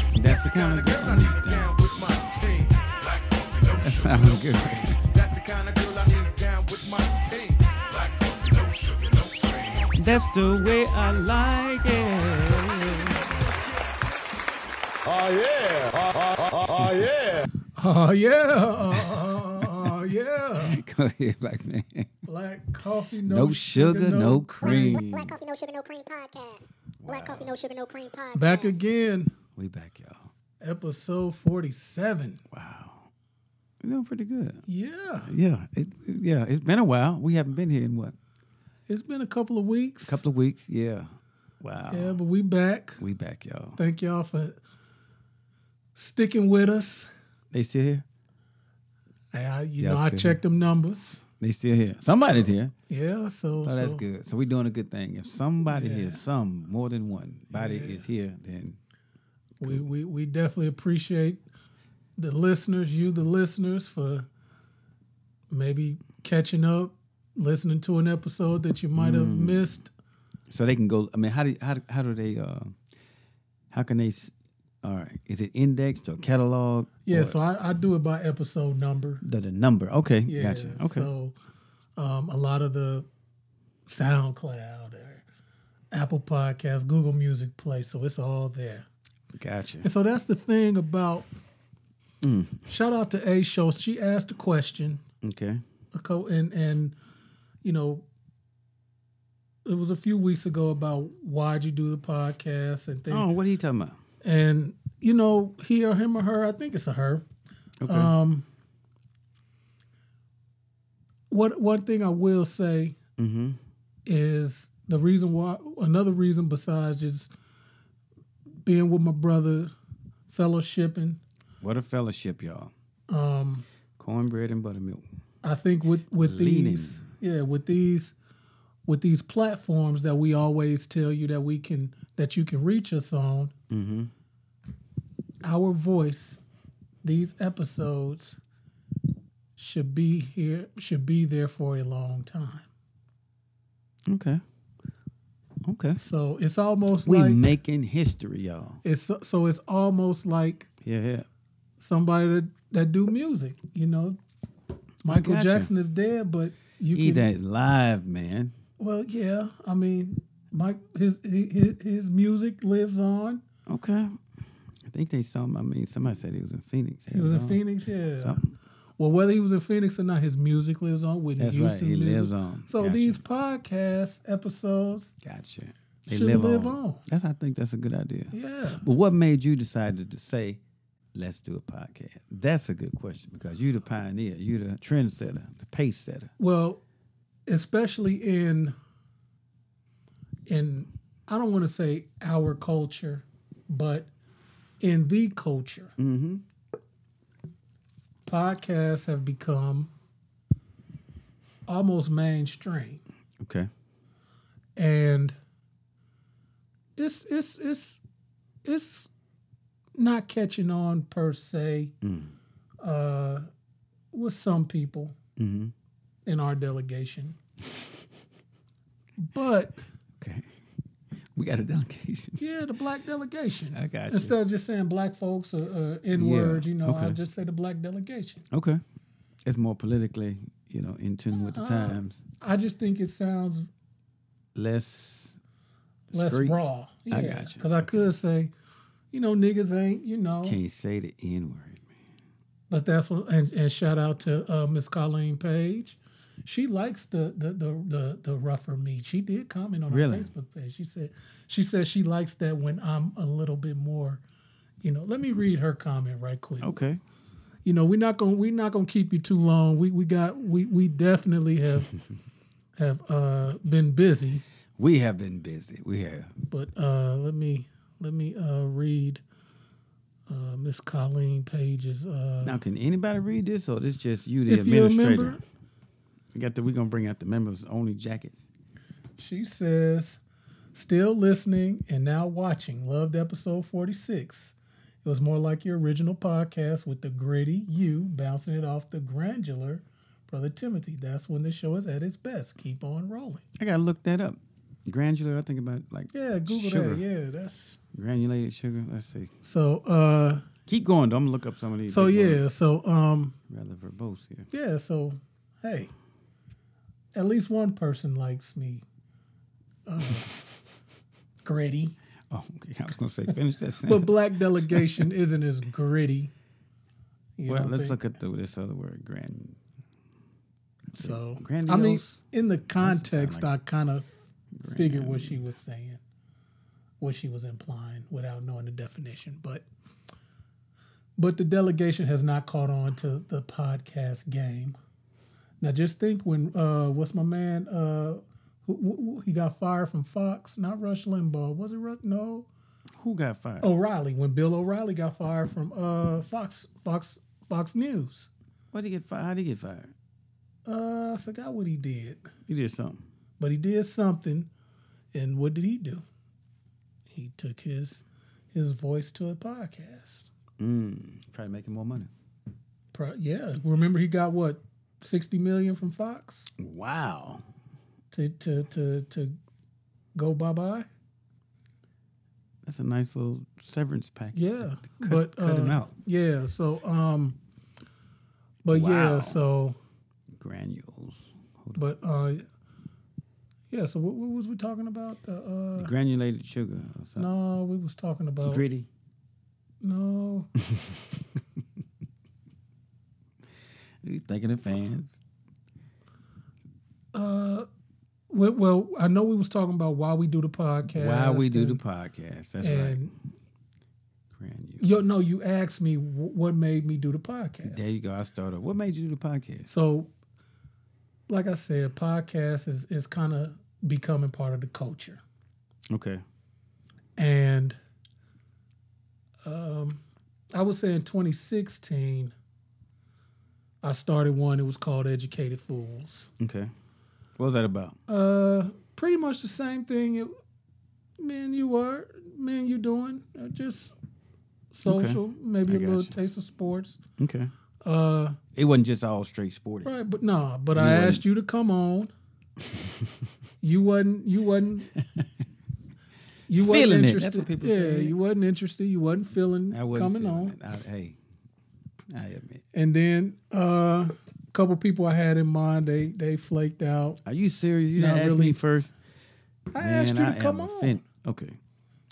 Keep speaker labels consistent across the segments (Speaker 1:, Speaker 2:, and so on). Speaker 1: kind of girl I need down. That sounds good. That's the way I like it.
Speaker 2: Oh yeah. Oh, oh, oh, oh, yeah.
Speaker 3: Oh, yeah. Uh, uh, uh, yeah.
Speaker 1: Go ahead, black man.
Speaker 3: Black coffee, no,
Speaker 1: No sugar, no cream.
Speaker 4: Black Coffee No Sugar No Cream podcast. Black Coffee No Sugar No Cream podcast.
Speaker 3: Back again,
Speaker 1: We back, y'all.
Speaker 3: episode 47.
Speaker 1: Wow. We're doing pretty good.
Speaker 3: Yeah.
Speaker 1: Yeah. It, yeah. It's been a while. We haven't been here in what?
Speaker 3: It's been a couple of weeks.
Speaker 1: couple of weeks. Yeah. Wow.
Speaker 3: yeah, but we back.
Speaker 1: We back, y'all.
Speaker 3: Thank y'all for sticking with us.
Speaker 1: They still here?
Speaker 3: I, I- you
Speaker 1: Yeah,
Speaker 3: know,
Speaker 1: I
Speaker 3: I
Speaker 1: feel
Speaker 3: checked them numbers.
Speaker 1: They still here. Somebody's here.
Speaker 3: Yeah, so,
Speaker 1: Oh,
Speaker 3: so
Speaker 1: that's good. So we're doing a good thing. If somebody
Speaker 3: Yeah.
Speaker 1: here, some more than one body is here, then
Speaker 3: we, we we definitely appreciate the listeners, you the listeners, for maybe catching up, listening to an episode that you might
Speaker 1: Mm.
Speaker 3: have missed.
Speaker 1: so they can go. I mean, how do you- how do- how do they? Uh, how can they? s- All right, is it indexed or catalog?
Speaker 3: Yeah,
Speaker 1: or
Speaker 3: so I, I do it by episode number.
Speaker 1: the, the number. Okay,
Speaker 3: Yeah,
Speaker 1: gotcha. Okay,
Speaker 3: So um, a lot of the SoundCloud or Apple Podcasts, Google Music Play, so it's all there.
Speaker 1: gotcha.
Speaker 3: And so that's the thing about.
Speaker 1: Mm.
Speaker 3: Shout out to A Show. She asked a question,
Speaker 1: Okay,
Speaker 3: a co- and and you know, it was a few weeks ago about why'd you do the podcast and things.
Speaker 1: Oh, what are you talking about?
Speaker 3: And you know, he or him or her, I think it's a her.
Speaker 1: Okay,
Speaker 3: Um, what one thing I will say
Speaker 1: Mhm.
Speaker 3: is the reason why another reason besides just being with my brother, fellowshipping.
Speaker 1: what a fellowship, y'all.
Speaker 3: Um,
Speaker 1: Cornbread and buttermilk.
Speaker 3: I think with with
Speaker 1: Leaning.
Speaker 3: these, yeah, with these, with these platforms that we always tell you that we can that you can reach us on.
Speaker 1: Mm-hmm.
Speaker 3: Our voice, these episodes should be here should be there for a long time.
Speaker 1: Okay, okay.
Speaker 3: So it's almost
Speaker 1: We
Speaker 3: like
Speaker 1: making history, y'all.
Speaker 3: it's so- so it's almost like
Speaker 1: Yeah, yeah.
Speaker 3: somebody that that do music. You know, Michael
Speaker 1: gotcha.
Speaker 3: Jackson is dead, but you
Speaker 1: Eat
Speaker 3: can
Speaker 1: that live, man.
Speaker 3: Well, yeah. I mean, Mike, his his, his music lives on.
Speaker 1: Okay. I think they saw him. I mean, somebody said he was in Phoenix.
Speaker 3: He was in
Speaker 1: Arizona.
Speaker 3: Phoenix, yeah.
Speaker 1: Something.
Speaker 3: Well, whether he was in Phoenix or not, his music lives on. Whitney
Speaker 1: That's right,
Speaker 3: Houston
Speaker 1: he
Speaker 3: music.
Speaker 1: lives on.
Speaker 3: So
Speaker 1: Gotcha.
Speaker 3: these podcast episodes,
Speaker 1: Gotcha. They
Speaker 3: Should
Speaker 1: live,
Speaker 3: live
Speaker 1: on.
Speaker 3: on.
Speaker 1: That's. I think that's a good idea.
Speaker 3: yeah.
Speaker 1: But what made you decide to, to say, let's do a podcast? That's a good question because you're the pioneer, you're the trendsetter, the pace setter.
Speaker 3: Well, especially in in I don't want to say our culture, but in the culture,
Speaker 1: Mm-hmm.
Speaker 3: podcasts have become almost mainstream.
Speaker 1: Okay.
Speaker 3: and it's it's it's it's not catching on per se
Speaker 1: Mm.
Speaker 3: uh, with some people
Speaker 1: Mm-hmm.
Speaker 3: in our delegation, but
Speaker 1: Okay. We got a delegation.
Speaker 3: yeah, the black delegation.
Speaker 1: I got you.
Speaker 3: Instead of just saying black folks or, or N word,
Speaker 1: Yeah,
Speaker 3: you know, I
Speaker 1: okay.
Speaker 3: just say the black delegation.
Speaker 1: Okay. It's more politically, you know, in tune with the
Speaker 3: Uh-huh.
Speaker 1: times.
Speaker 3: I just think it sounds
Speaker 1: Less.
Speaker 3: less
Speaker 1: Street.
Speaker 3: raw. Yeah,
Speaker 1: I got you.
Speaker 3: Because I could say, you know, niggas ain't, you know.
Speaker 1: Can't say the N word, man.
Speaker 3: But that's what and, and shout out to uh, Miss Colleen Page. She likes the the, the the the rougher meat. She did comment on her
Speaker 1: Really?
Speaker 3: Facebook page. She said she says she likes that when I'm a little bit more, you know. Let me read her comment right quick.
Speaker 1: Okay.
Speaker 3: You know, we're not gonna we're not gonna keep you too long. We we got we we definitely have have uh been busy.
Speaker 1: We have been busy. We have.
Speaker 3: But uh, let me let me uh read uh Miss Colleen Page's uh
Speaker 1: Now, can anybody read this, or this just you, the
Speaker 3: If you're a
Speaker 1: administrator?
Speaker 3: member-
Speaker 1: we got the, we're gonna bring out the members only jackets.
Speaker 3: She says, still listening and now watching. Loved episode 46. It was more like your original podcast with the gritty you bouncing it off the granular Brother Timothy. That's when the show is at its best. Keep on rolling.
Speaker 1: I gotta look that up. Granular, I think about like
Speaker 3: Yeah, Google
Speaker 1: sugar.
Speaker 3: that. Yeah, that's
Speaker 1: Granulated sugar. Let's see.
Speaker 3: so. uh
Speaker 1: Keep going. though. I'm gonna look up some of these.
Speaker 3: So
Speaker 1: big
Speaker 3: yeah,
Speaker 1: words.
Speaker 3: so um,
Speaker 1: rather verbose here.
Speaker 3: yeah, so hey, at least one person likes me. Uh, gritty,
Speaker 1: Oh, okay. I was gonna say finish that sentence.
Speaker 3: but black delegation isn't as gritty. You
Speaker 1: Well,
Speaker 3: don't
Speaker 1: let's look
Speaker 3: think?
Speaker 1: at the, this other word, gran.
Speaker 3: So I mean,
Speaker 1: Grandiose?
Speaker 3: in the
Speaker 1: sound
Speaker 3: context,
Speaker 1: like
Speaker 3: I kind of figured what she was saying, what she was implying, without knowing the definition. But but the delegation has not caught on to the podcast game. Now, just think when uh, what's my man? Uh, who, who, who- he got fired from Fox, not Rush Limbaugh. Was it Rush? No,
Speaker 1: Who got fired?
Speaker 3: O'Reilly. When Bill O'Reilly got fired from uh, Fox, Fox, Fox News.
Speaker 1: What did he get fired? How did he get fired?
Speaker 3: Uh, I forgot what he did.
Speaker 1: He did something.
Speaker 3: But he did something, and what did he do? He took his his voice to a podcast.
Speaker 1: Try to make him more money.
Speaker 3: Pro- yeah, remember he got what sixty million from Fox
Speaker 1: Wow.
Speaker 3: to to to to go bye bye.
Speaker 1: That's a nice little severance package.
Speaker 3: Yeah,
Speaker 1: Cut-
Speaker 3: but
Speaker 1: cut him
Speaker 3: uh,
Speaker 1: out.
Speaker 3: Yeah, so um, but
Speaker 1: Wow.
Speaker 3: yeah, so
Speaker 1: Granules. Hold
Speaker 3: but uh, yeah, so what, what was we talking about? The,
Speaker 1: on.
Speaker 3: uh,
Speaker 1: Granulated sugar or something.
Speaker 3: no, we was talking about
Speaker 1: Gritty.
Speaker 3: no.
Speaker 1: You thinking of fans?
Speaker 3: Well, well, I know we was talking about why we do the podcast.
Speaker 1: Why we do the
Speaker 3: and-
Speaker 1: podcast? That's right.
Speaker 3: And
Speaker 1: Granules.
Speaker 3: yo, no, you asked me wh- what made me do the podcast.
Speaker 1: There you go. I started. What made you do the podcast?
Speaker 3: so, like I said, podcast is is kind of becoming part of the culture,
Speaker 1: Okay.
Speaker 3: and um, I would say in 2016, I started one. It was called Educated Fools.
Speaker 1: Okay. What was that about?
Speaker 3: Uh, pretty much the same thing. It, man, you are man, you doing uh, just social, maybe
Speaker 1: I
Speaker 3: a little
Speaker 1: gotcha.
Speaker 3: taste of sports,
Speaker 1: Okay. Uh, it wasn't just all straight sporty.
Speaker 3: right? But nah, but I asked you to come on. you wasn't. You wasn't. You wasn't
Speaker 1: Feeling it.
Speaker 3: interested.
Speaker 1: That's what people
Speaker 3: yeah,
Speaker 1: say.
Speaker 3: you wasn't interested. You wasn't feeling
Speaker 1: I wasn't
Speaker 3: coming
Speaker 1: feeling
Speaker 3: on.
Speaker 1: it. I- hey, I admit.
Speaker 3: And then uh, a couple people I had in mind, they they flaked out.
Speaker 1: Are you serious? You
Speaker 3: Not
Speaker 1: didn't ask me
Speaker 3: really.
Speaker 1: first.
Speaker 3: I asked you to
Speaker 1: am
Speaker 3: come on.
Speaker 1: offend- Okay.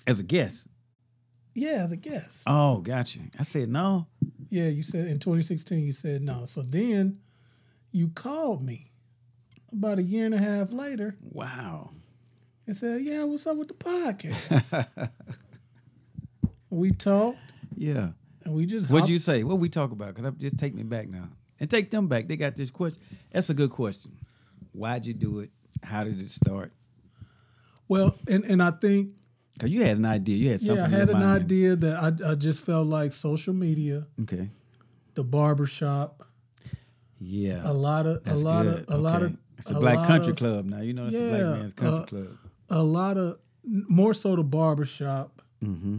Speaker 1: As a guest.
Speaker 3: Yeah, as a guest.
Speaker 1: Oh, gotcha. I said no.
Speaker 3: Yeah, you said in 2016 you said no. So then you called me about a year and a half later
Speaker 1: Wow.
Speaker 3: and said, "Yeah, what's up with the podcast?" we talked
Speaker 1: Yeah.
Speaker 3: and we just
Speaker 1: What'd
Speaker 3: hopped-
Speaker 1: you say? What we talk about? Cause I, just take me back now and take them back. They got this question. That's a good question. Why'd you do it? How did it start?
Speaker 3: well, and and I think
Speaker 1: Cause you had an idea. You had something.
Speaker 3: yeah, I
Speaker 1: in
Speaker 3: had
Speaker 1: your
Speaker 3: an
Speaker 1: mind.
Speaker 3: idea that I I just felt like social media,
Speaker 1: Okay.
Speaker 3: the barbershop,
Speaker 1: Yeah.
Speaker 3: a lot of
Speaker 1: That's
Speaker 3: a lot
Speaker 1: good.
Speaker 3: of a lot
Speaker 1: Okay.
Speaker 3: of
Speaker 1: It's a, black
Speaker 3: lot
Speaker 1: country
Speaker 3: of-
Speaker 1: club now. You know, it's a black
Speaker 3: Yeah,
Speaker 1: man's country
Speaker 3: uh,
Speaker 1: club.
Speaker 3: a lot of more so the barbershop.
Speaker 1: Mm-hmm.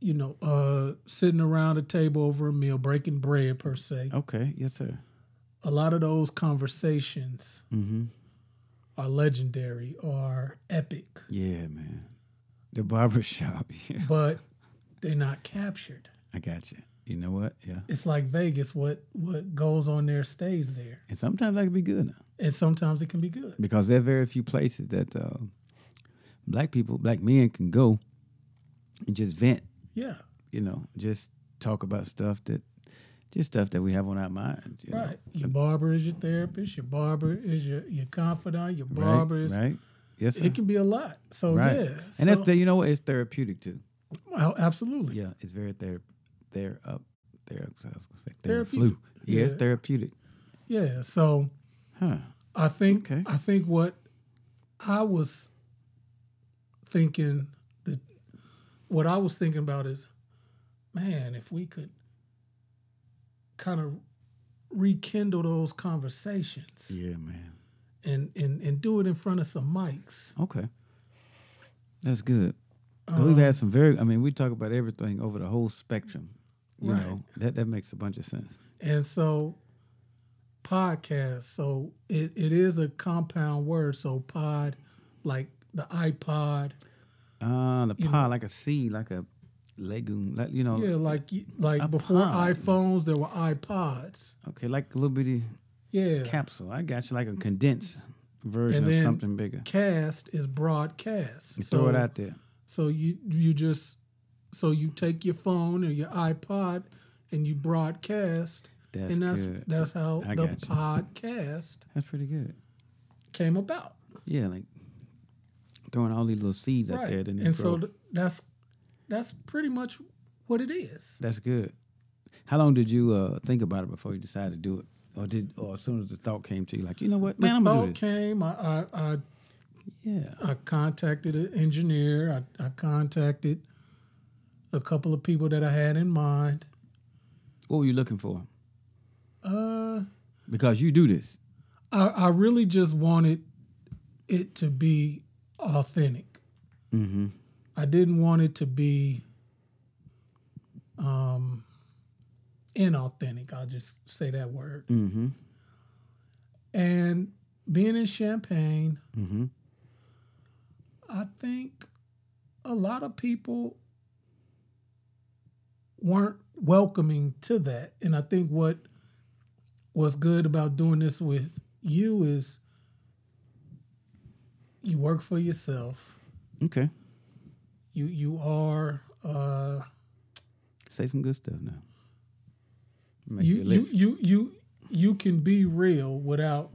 Speaker 3: You know, uh, sitting around a table over a meal, breaking bread per se.
Speaker 1: Okay. Yes, sir.
Speaker 3: A lot of those conversations
Speaker 1: Mm-hmm.
Speaker 3: are legendary, are epic,
Speaker 1: Yeah, man. The barber shop. Yeah.
Speaker 3: but they're not captured.
Speaker 1: I got you. You know what? Yeah.
Speaker 3: It's like Vegas. What what goes on there stays there,
Speaker 1: And sometimes that can be good now.
Speaker 3: and sometimes it can be good.
Speaker 1: because there are very few places that uh, black people, black men can go and just vent,
Speaker 3: Yeah,
Speaker 1: you know, just talk about stuff that, just stuff that we have on our minds. You
Speaker 3: right. Your barber is your therapist. Your barber is your your confidant. Your
Speaker 1: Know?
Speaker 3: barber
Speaker 1: right?
Speaker 3: is.
Speaker 1: right? Yes, sir.
Speaker 3: It can be a lot. So
Speaker 1: right.
Speaker 3: yeah,
Speaker 1: and
Speaker 3: so,
Speaker 1: that's the, you know what? It's therapeutic too.
Speaker 3: Well, absolutely.
Speaker 1: Yeah, it's very ther, ther up, there. I was gonna say ther flu.
Speaker 3: Therapeutic.
Speaker 1: Yeah, it's
Speaker 3: Yeah.
Speaker 1: therapeutic.
Speaker 3: Yeah. So
Speaker 1: Huh?
Speaker 3: I think
Speaker 1: Okay.
Speaker 3: I think what I was thinking that what I was thinking about is, man, if we could kind of rekindle those conversations
Speaker 1: Yeah, man.
Speaker 3: and, and and do it in front of some mics.
Speaker 1: Okay, that's good. 'Cause we've
Speaker 3: Um,
Speaker 1: had some very. I mean, we talk about everything over the whole spectrum. You
Speaker 3: Right.
Speaker 1: know that that makes a bunch of sense.
Speaker 3: And so podcast. So it, it is a compound word. So pod like the iPod.
Speaker 1: Ah, the pod like a seed, like a legume, like you know.
Speaker 3: Yeah, like y- like before
Speaker 1: Oh, pod.
Speaker 3: iPhones, there were iPods.
Speaker 1: Okay, like a little bitty
Speaker 3: Yeah,
Speaker 1: capsule. I got you like a condensed version
Speaker 3: and
Speaker 1: of
Speaker 3: then
Speaker 1: something bigger.
Speaker 3: Cast is broadcast.
Speaker 1: You throw it out there.
Speaker 3: So you you just so you take your phone or your iPod and you broadcast,
Speaker 1: That's
Speaker 3: and that's
Speaker 1: good.
Speaker 3: that's how
Speaker 1: I
Speaker 3: the
Speaker 1: got you.
Speaker 3: podcast
Speaker 1: That's pretty good.
Speaker 3: came about.
Speaker 1: Yeah, like throwing all these little seeds out
Speaker 3: Right,
Speaker 1: there. Then they
Speaker 3: and
Speaker 1: grow.
Speaker 3: so th- that's that's pretty much what it is.
Speaker 1: That's good. How long did you uh, think about it before you decided to do it, or did, or as soon as the thought came to you, like you know what, man, I'm
Speaker 3: the
Speaker 1: gonna do
Speaker 3: thought
Speaker 1: this.
Speaker 3: came. I, I
Speaker 1: Yeah,
Speaker 3: I I contacted an engineer. I, I contacted a couple of people that I had in mind.
Speaker 1: what were you looking for?
Speaker 3: Uh,
Speaker 1: Because you do this.
Speaker 3: I, I really just wanted it to be authentic. I didn't want it to be um, inauthentic. I'll just say that word. And being in Champagne, I think a lot of people weren't welcoming to that. And I think what what's good about doing this with you is you work for yourself.
Speaker 1: Okay,
Speaker 3: You you are uh,
Speaker 1: say some good stuff now. Make
Speaker 3: you,
Speaker 1: your
Speaker 3: you
Speaker 1: list.
Speaker 3: you you you can be real without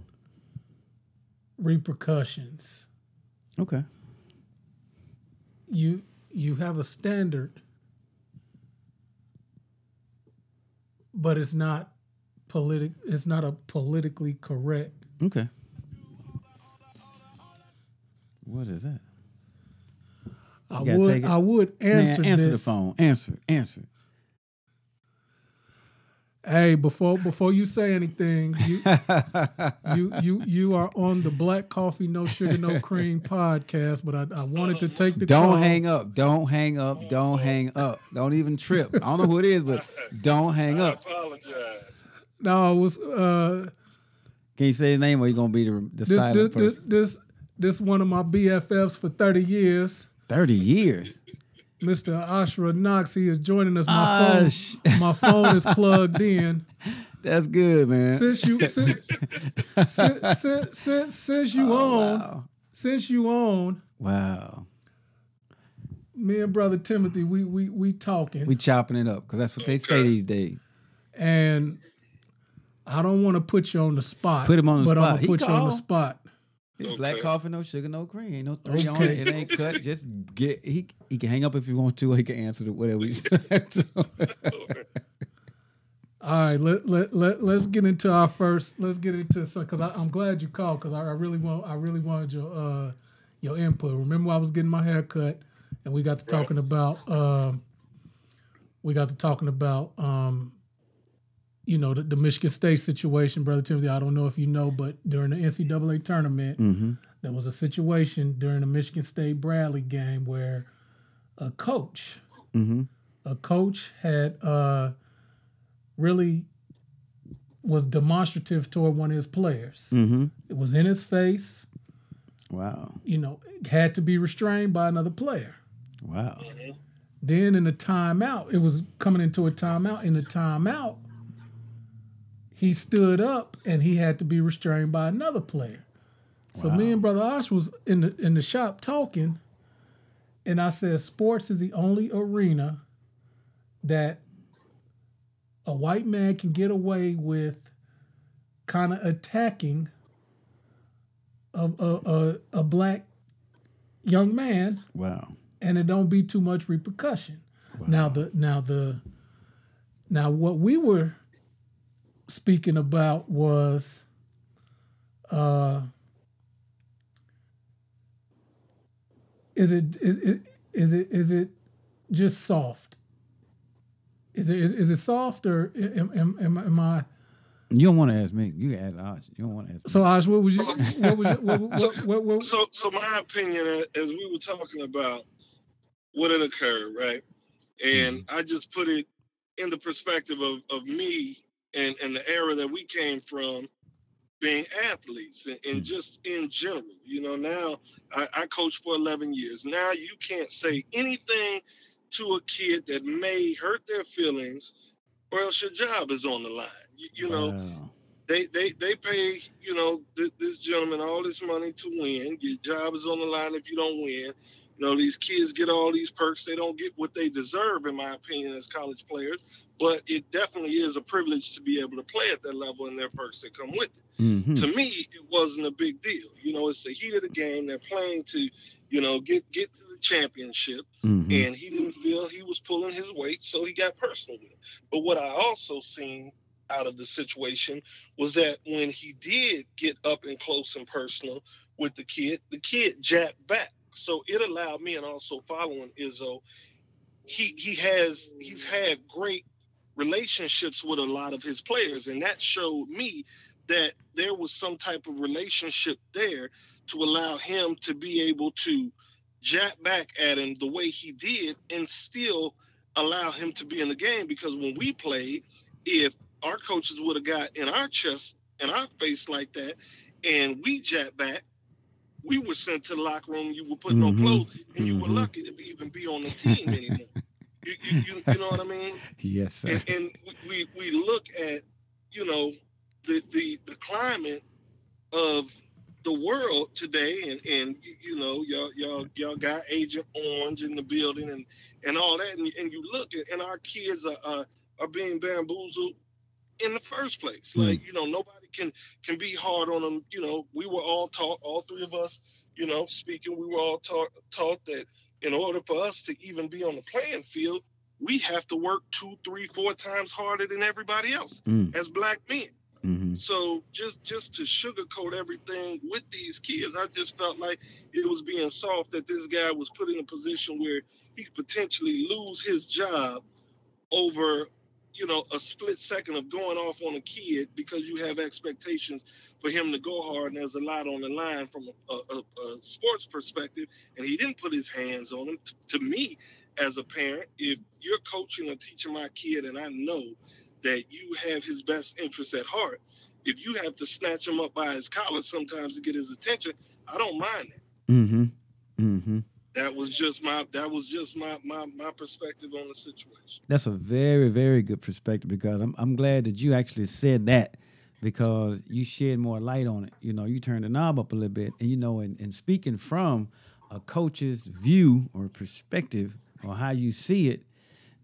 Speaker 3: repercussions.
Speaker 1: okay,
Speaker 3: You you have a standard, but it's not politic. It's not a politically correct
Speaker 1: okay. What is that?
Speaker 3: I
Speaker 1: You gotta take
Speaker 3: would
Speaker 1: it.
Speaker 3: I would answer,
Speaker 1: Man, answer
Speaker 3: this.
Speaker 1: the phone. Answer, answer.
Speaker 3: Hey, before before you say anything, you you you you are on the Black Coffee No Sugar No Cream podcast, but I, I wanted to take the
Speaker 1: Don't
Speaker 3: call.
Speaker 1: hang up. Don't hang up. Don't hang up. Don't even trip. I don't know who it is, but don't hang
Speaker 5: I
Speaker 1: up.
Speaker 5: apologize.
Speaker 3: No, it was uh
Speaker 1: Can you say his name or you gonna be the, the
Speaker 3: this this,
Speaker 1: silent
Speaker 3: this
Speaker 1: person?
Speaker 3: this this one of my BFFs for thirty years,
Speaker 1: Thirty years.
Speaker 3: Mr. Ashra Knox. He is joining us. My
Speaker 1: Osh.
Speaker 3: phone my phone is plugged in.
Speaker 1: That's good, man.
Speaker 3: Since you since since since, since, since you
Speaker 1: Oh,
Speaker 3: on since you on.
Speaker 1: Wow.
Speaker 3: Me and brother Timothy, we we we talking.
Speaker 1: We chopping it up because that's what they say these days.
Speaker 3: and I don't want to put you on the spot.
Speaker 1: Put him on the
Speaker 3: but
Speaker 1: spot.
Speaker 3: I'm
Speaker 1: He oh.
Speaker 3: gonna put you on the
Speaker 1: called.
Speaker 3: spot.
Speaker 1: Black coffee, no sugar, no cream. Ain't no three on
Speaker 3: Okay.
Speaker 1: it. It ain't cut. Just get he he can hang up if he wants to, or he can answer to whatever he said.
Speaker 3: All right, let let let let's get into our first. Let's get into some because I'm glad you called because I, I really want I really wanted your uh your input. Remember, I was getting my hair cut, and we got to talking about um we got to talking about um you know the, the Michigan State situation, brother Timothy. I don't know if you know, but during the NCAA tournament, there was a situation during the Michigan State Bradley game where a coach a coach had uh really was demonstrative toward one of his players. It was in his face,
Speaker 1: wow.
Speaker 3: you know, had to be restrained by another player.
Speaker 1: Wow.
Speaker 3: Then in the timeout, it was coming into a timeout. In the timeout, he stood up and he had to be restrained by another player. So me and Brother Osh was in the in the shop talking, and I said, sports is the only arena that a white man can get away with kind of attacking a, a, a, a black young man
Speaker 1: Wow.
Speaker 3: and it don't be too much repercussion. Now the now the now what we were speaking about was uh is it is it is it is it just soft? Is it is, is it soft or am, am, am, am I
Speaker 1: You don't want to ask me. You can ask Osh. You don't want to ask.
Speaker 3: so Osh, what would you what would you, what, what, what, what,
Speaker 5: So, so my opinion, uh, as we were talking about what had occurred, right? And I just put it in the perspective of, of me and, and the era that we came from being athletes and, and just in general. You know, now I, I coached for 11 years. Now you can't say anything to a kid that may hurt their feelings, or else your job is on the line. You, you know,
Speaker 1: Wow.
Speaker 5: they they they pay you know th- this gentleman all this money to win. Your job is on the line if you don't win. You know these kids get all these perks. They don't get what they deserve, in my opinion, as college players. But it definitely is a privilege to be able to play at that level and their perks that come with it
Speaker 1: Mhm.
Speaker 5: to me it wasn't a big deal you know it's the heat of the game they're playing to you know get get to the championship
Speaker 1: Mhm.
Speaker 5: and he didn't feel he was pulling his weight so he got personal with it but what i also seen out of the situation was that when he did get up and close and personal with the kid the kid jacked back so it allowed me and also following Izzo he he has he's had great relationships with a lot of his players and that showed me that there was some type of relationship there to allow him to be able to jab back at him the way he did and still allow him to be in the game because when we played if our coaches would have got in our chest and our face like that and we jab back we were sent to the locker room you were put
Speaker 1: Mhm.
Speaker 5: on clothes and you were
Speaker 1: Mhm.
Speaker 5: lucky to be, even be on the team anymore you, you, you, you know what I mean?
Speaker 1: Yes, sir.
Speaker 5: And, and we, we look at, you know, the, the, the climate of the world today and, and you- you know, y'all, y'all, y'all got Agent Orange in the building and, and all that. And, and you look at, and our kids are, are, are being bamboozled in the first place.
Speaker 1: Hmm.
Speaker 5: Like, you know, nobody can, can be hard on them. You know, we were all taught, all three of us, you know, speaking, we were all taught, taught that in order for us to even be on the playing field, we have to work two, three, four times harder than everybody else
Speaker 1: Mm.
Speaker 5: as black men.
Speaker 1: Mhm.
Speaker 5: So just just to sugarcoat everything with these kids, I just felt like it was being soft that this guy was put in a position where he could potentially lose his job over, you know, a split second of going off on a kid because you have expectations for him to go hard and there's a lot on the line from a, a, a a sports perspective, and he didn't put his hands on him. T- to me, as a parent, if you're coaching or teaching my kid, and I know that you have his best interest at heart if you have to snatch him up by his collar sometimes to get his attention, I don't mind that.
Speaker 1: Mm-hmm. Mm-hmm.
Speaker 5: That was just my that was just my my, my perspective on the situation.
Speaker 1: That's a very, very good perspective because I'm I'm glad that you actually said that because you shed more light on it. You know, you turned the knob up a little bit, and you know, and, and speaking from a coach's view or perspective or how you see it,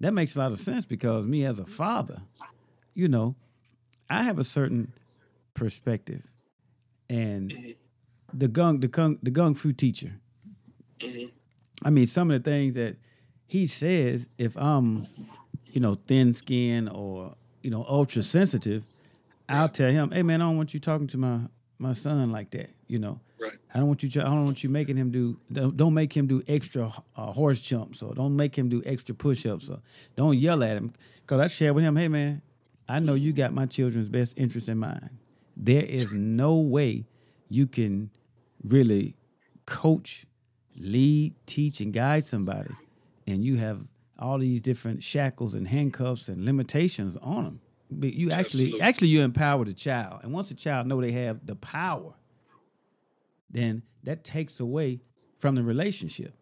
Speaker 1: that makes a lot of sense because me as a father, you know, I have a certain perspective, and the gung the gung the gung fu teacher. I mean, some of the things that he says, if I'm, you know, thin skinned or, you know, ultra sensitive, I'll tell him, hey man, I don't want you talking to my my son like that, you know.
Speaker 5: Right.
Speaker 1: I don't want you. I don't want you making him do. Don't, don't make him do extra uh, horse jumps, or don't make him do extra push-ups, or don't yell at him. Cause I shared with him, hey man, I know you got my children's best interest in mind. There is no way you can really coach, lead, teach, and guide somebody, and you have all these different shackles and handcuffs and limitations on them. But you actually,
Speaker 5: Absolutely.
Speaker 1: actually, you empower the child, and once the child know they have the power then that takes away from the relationship.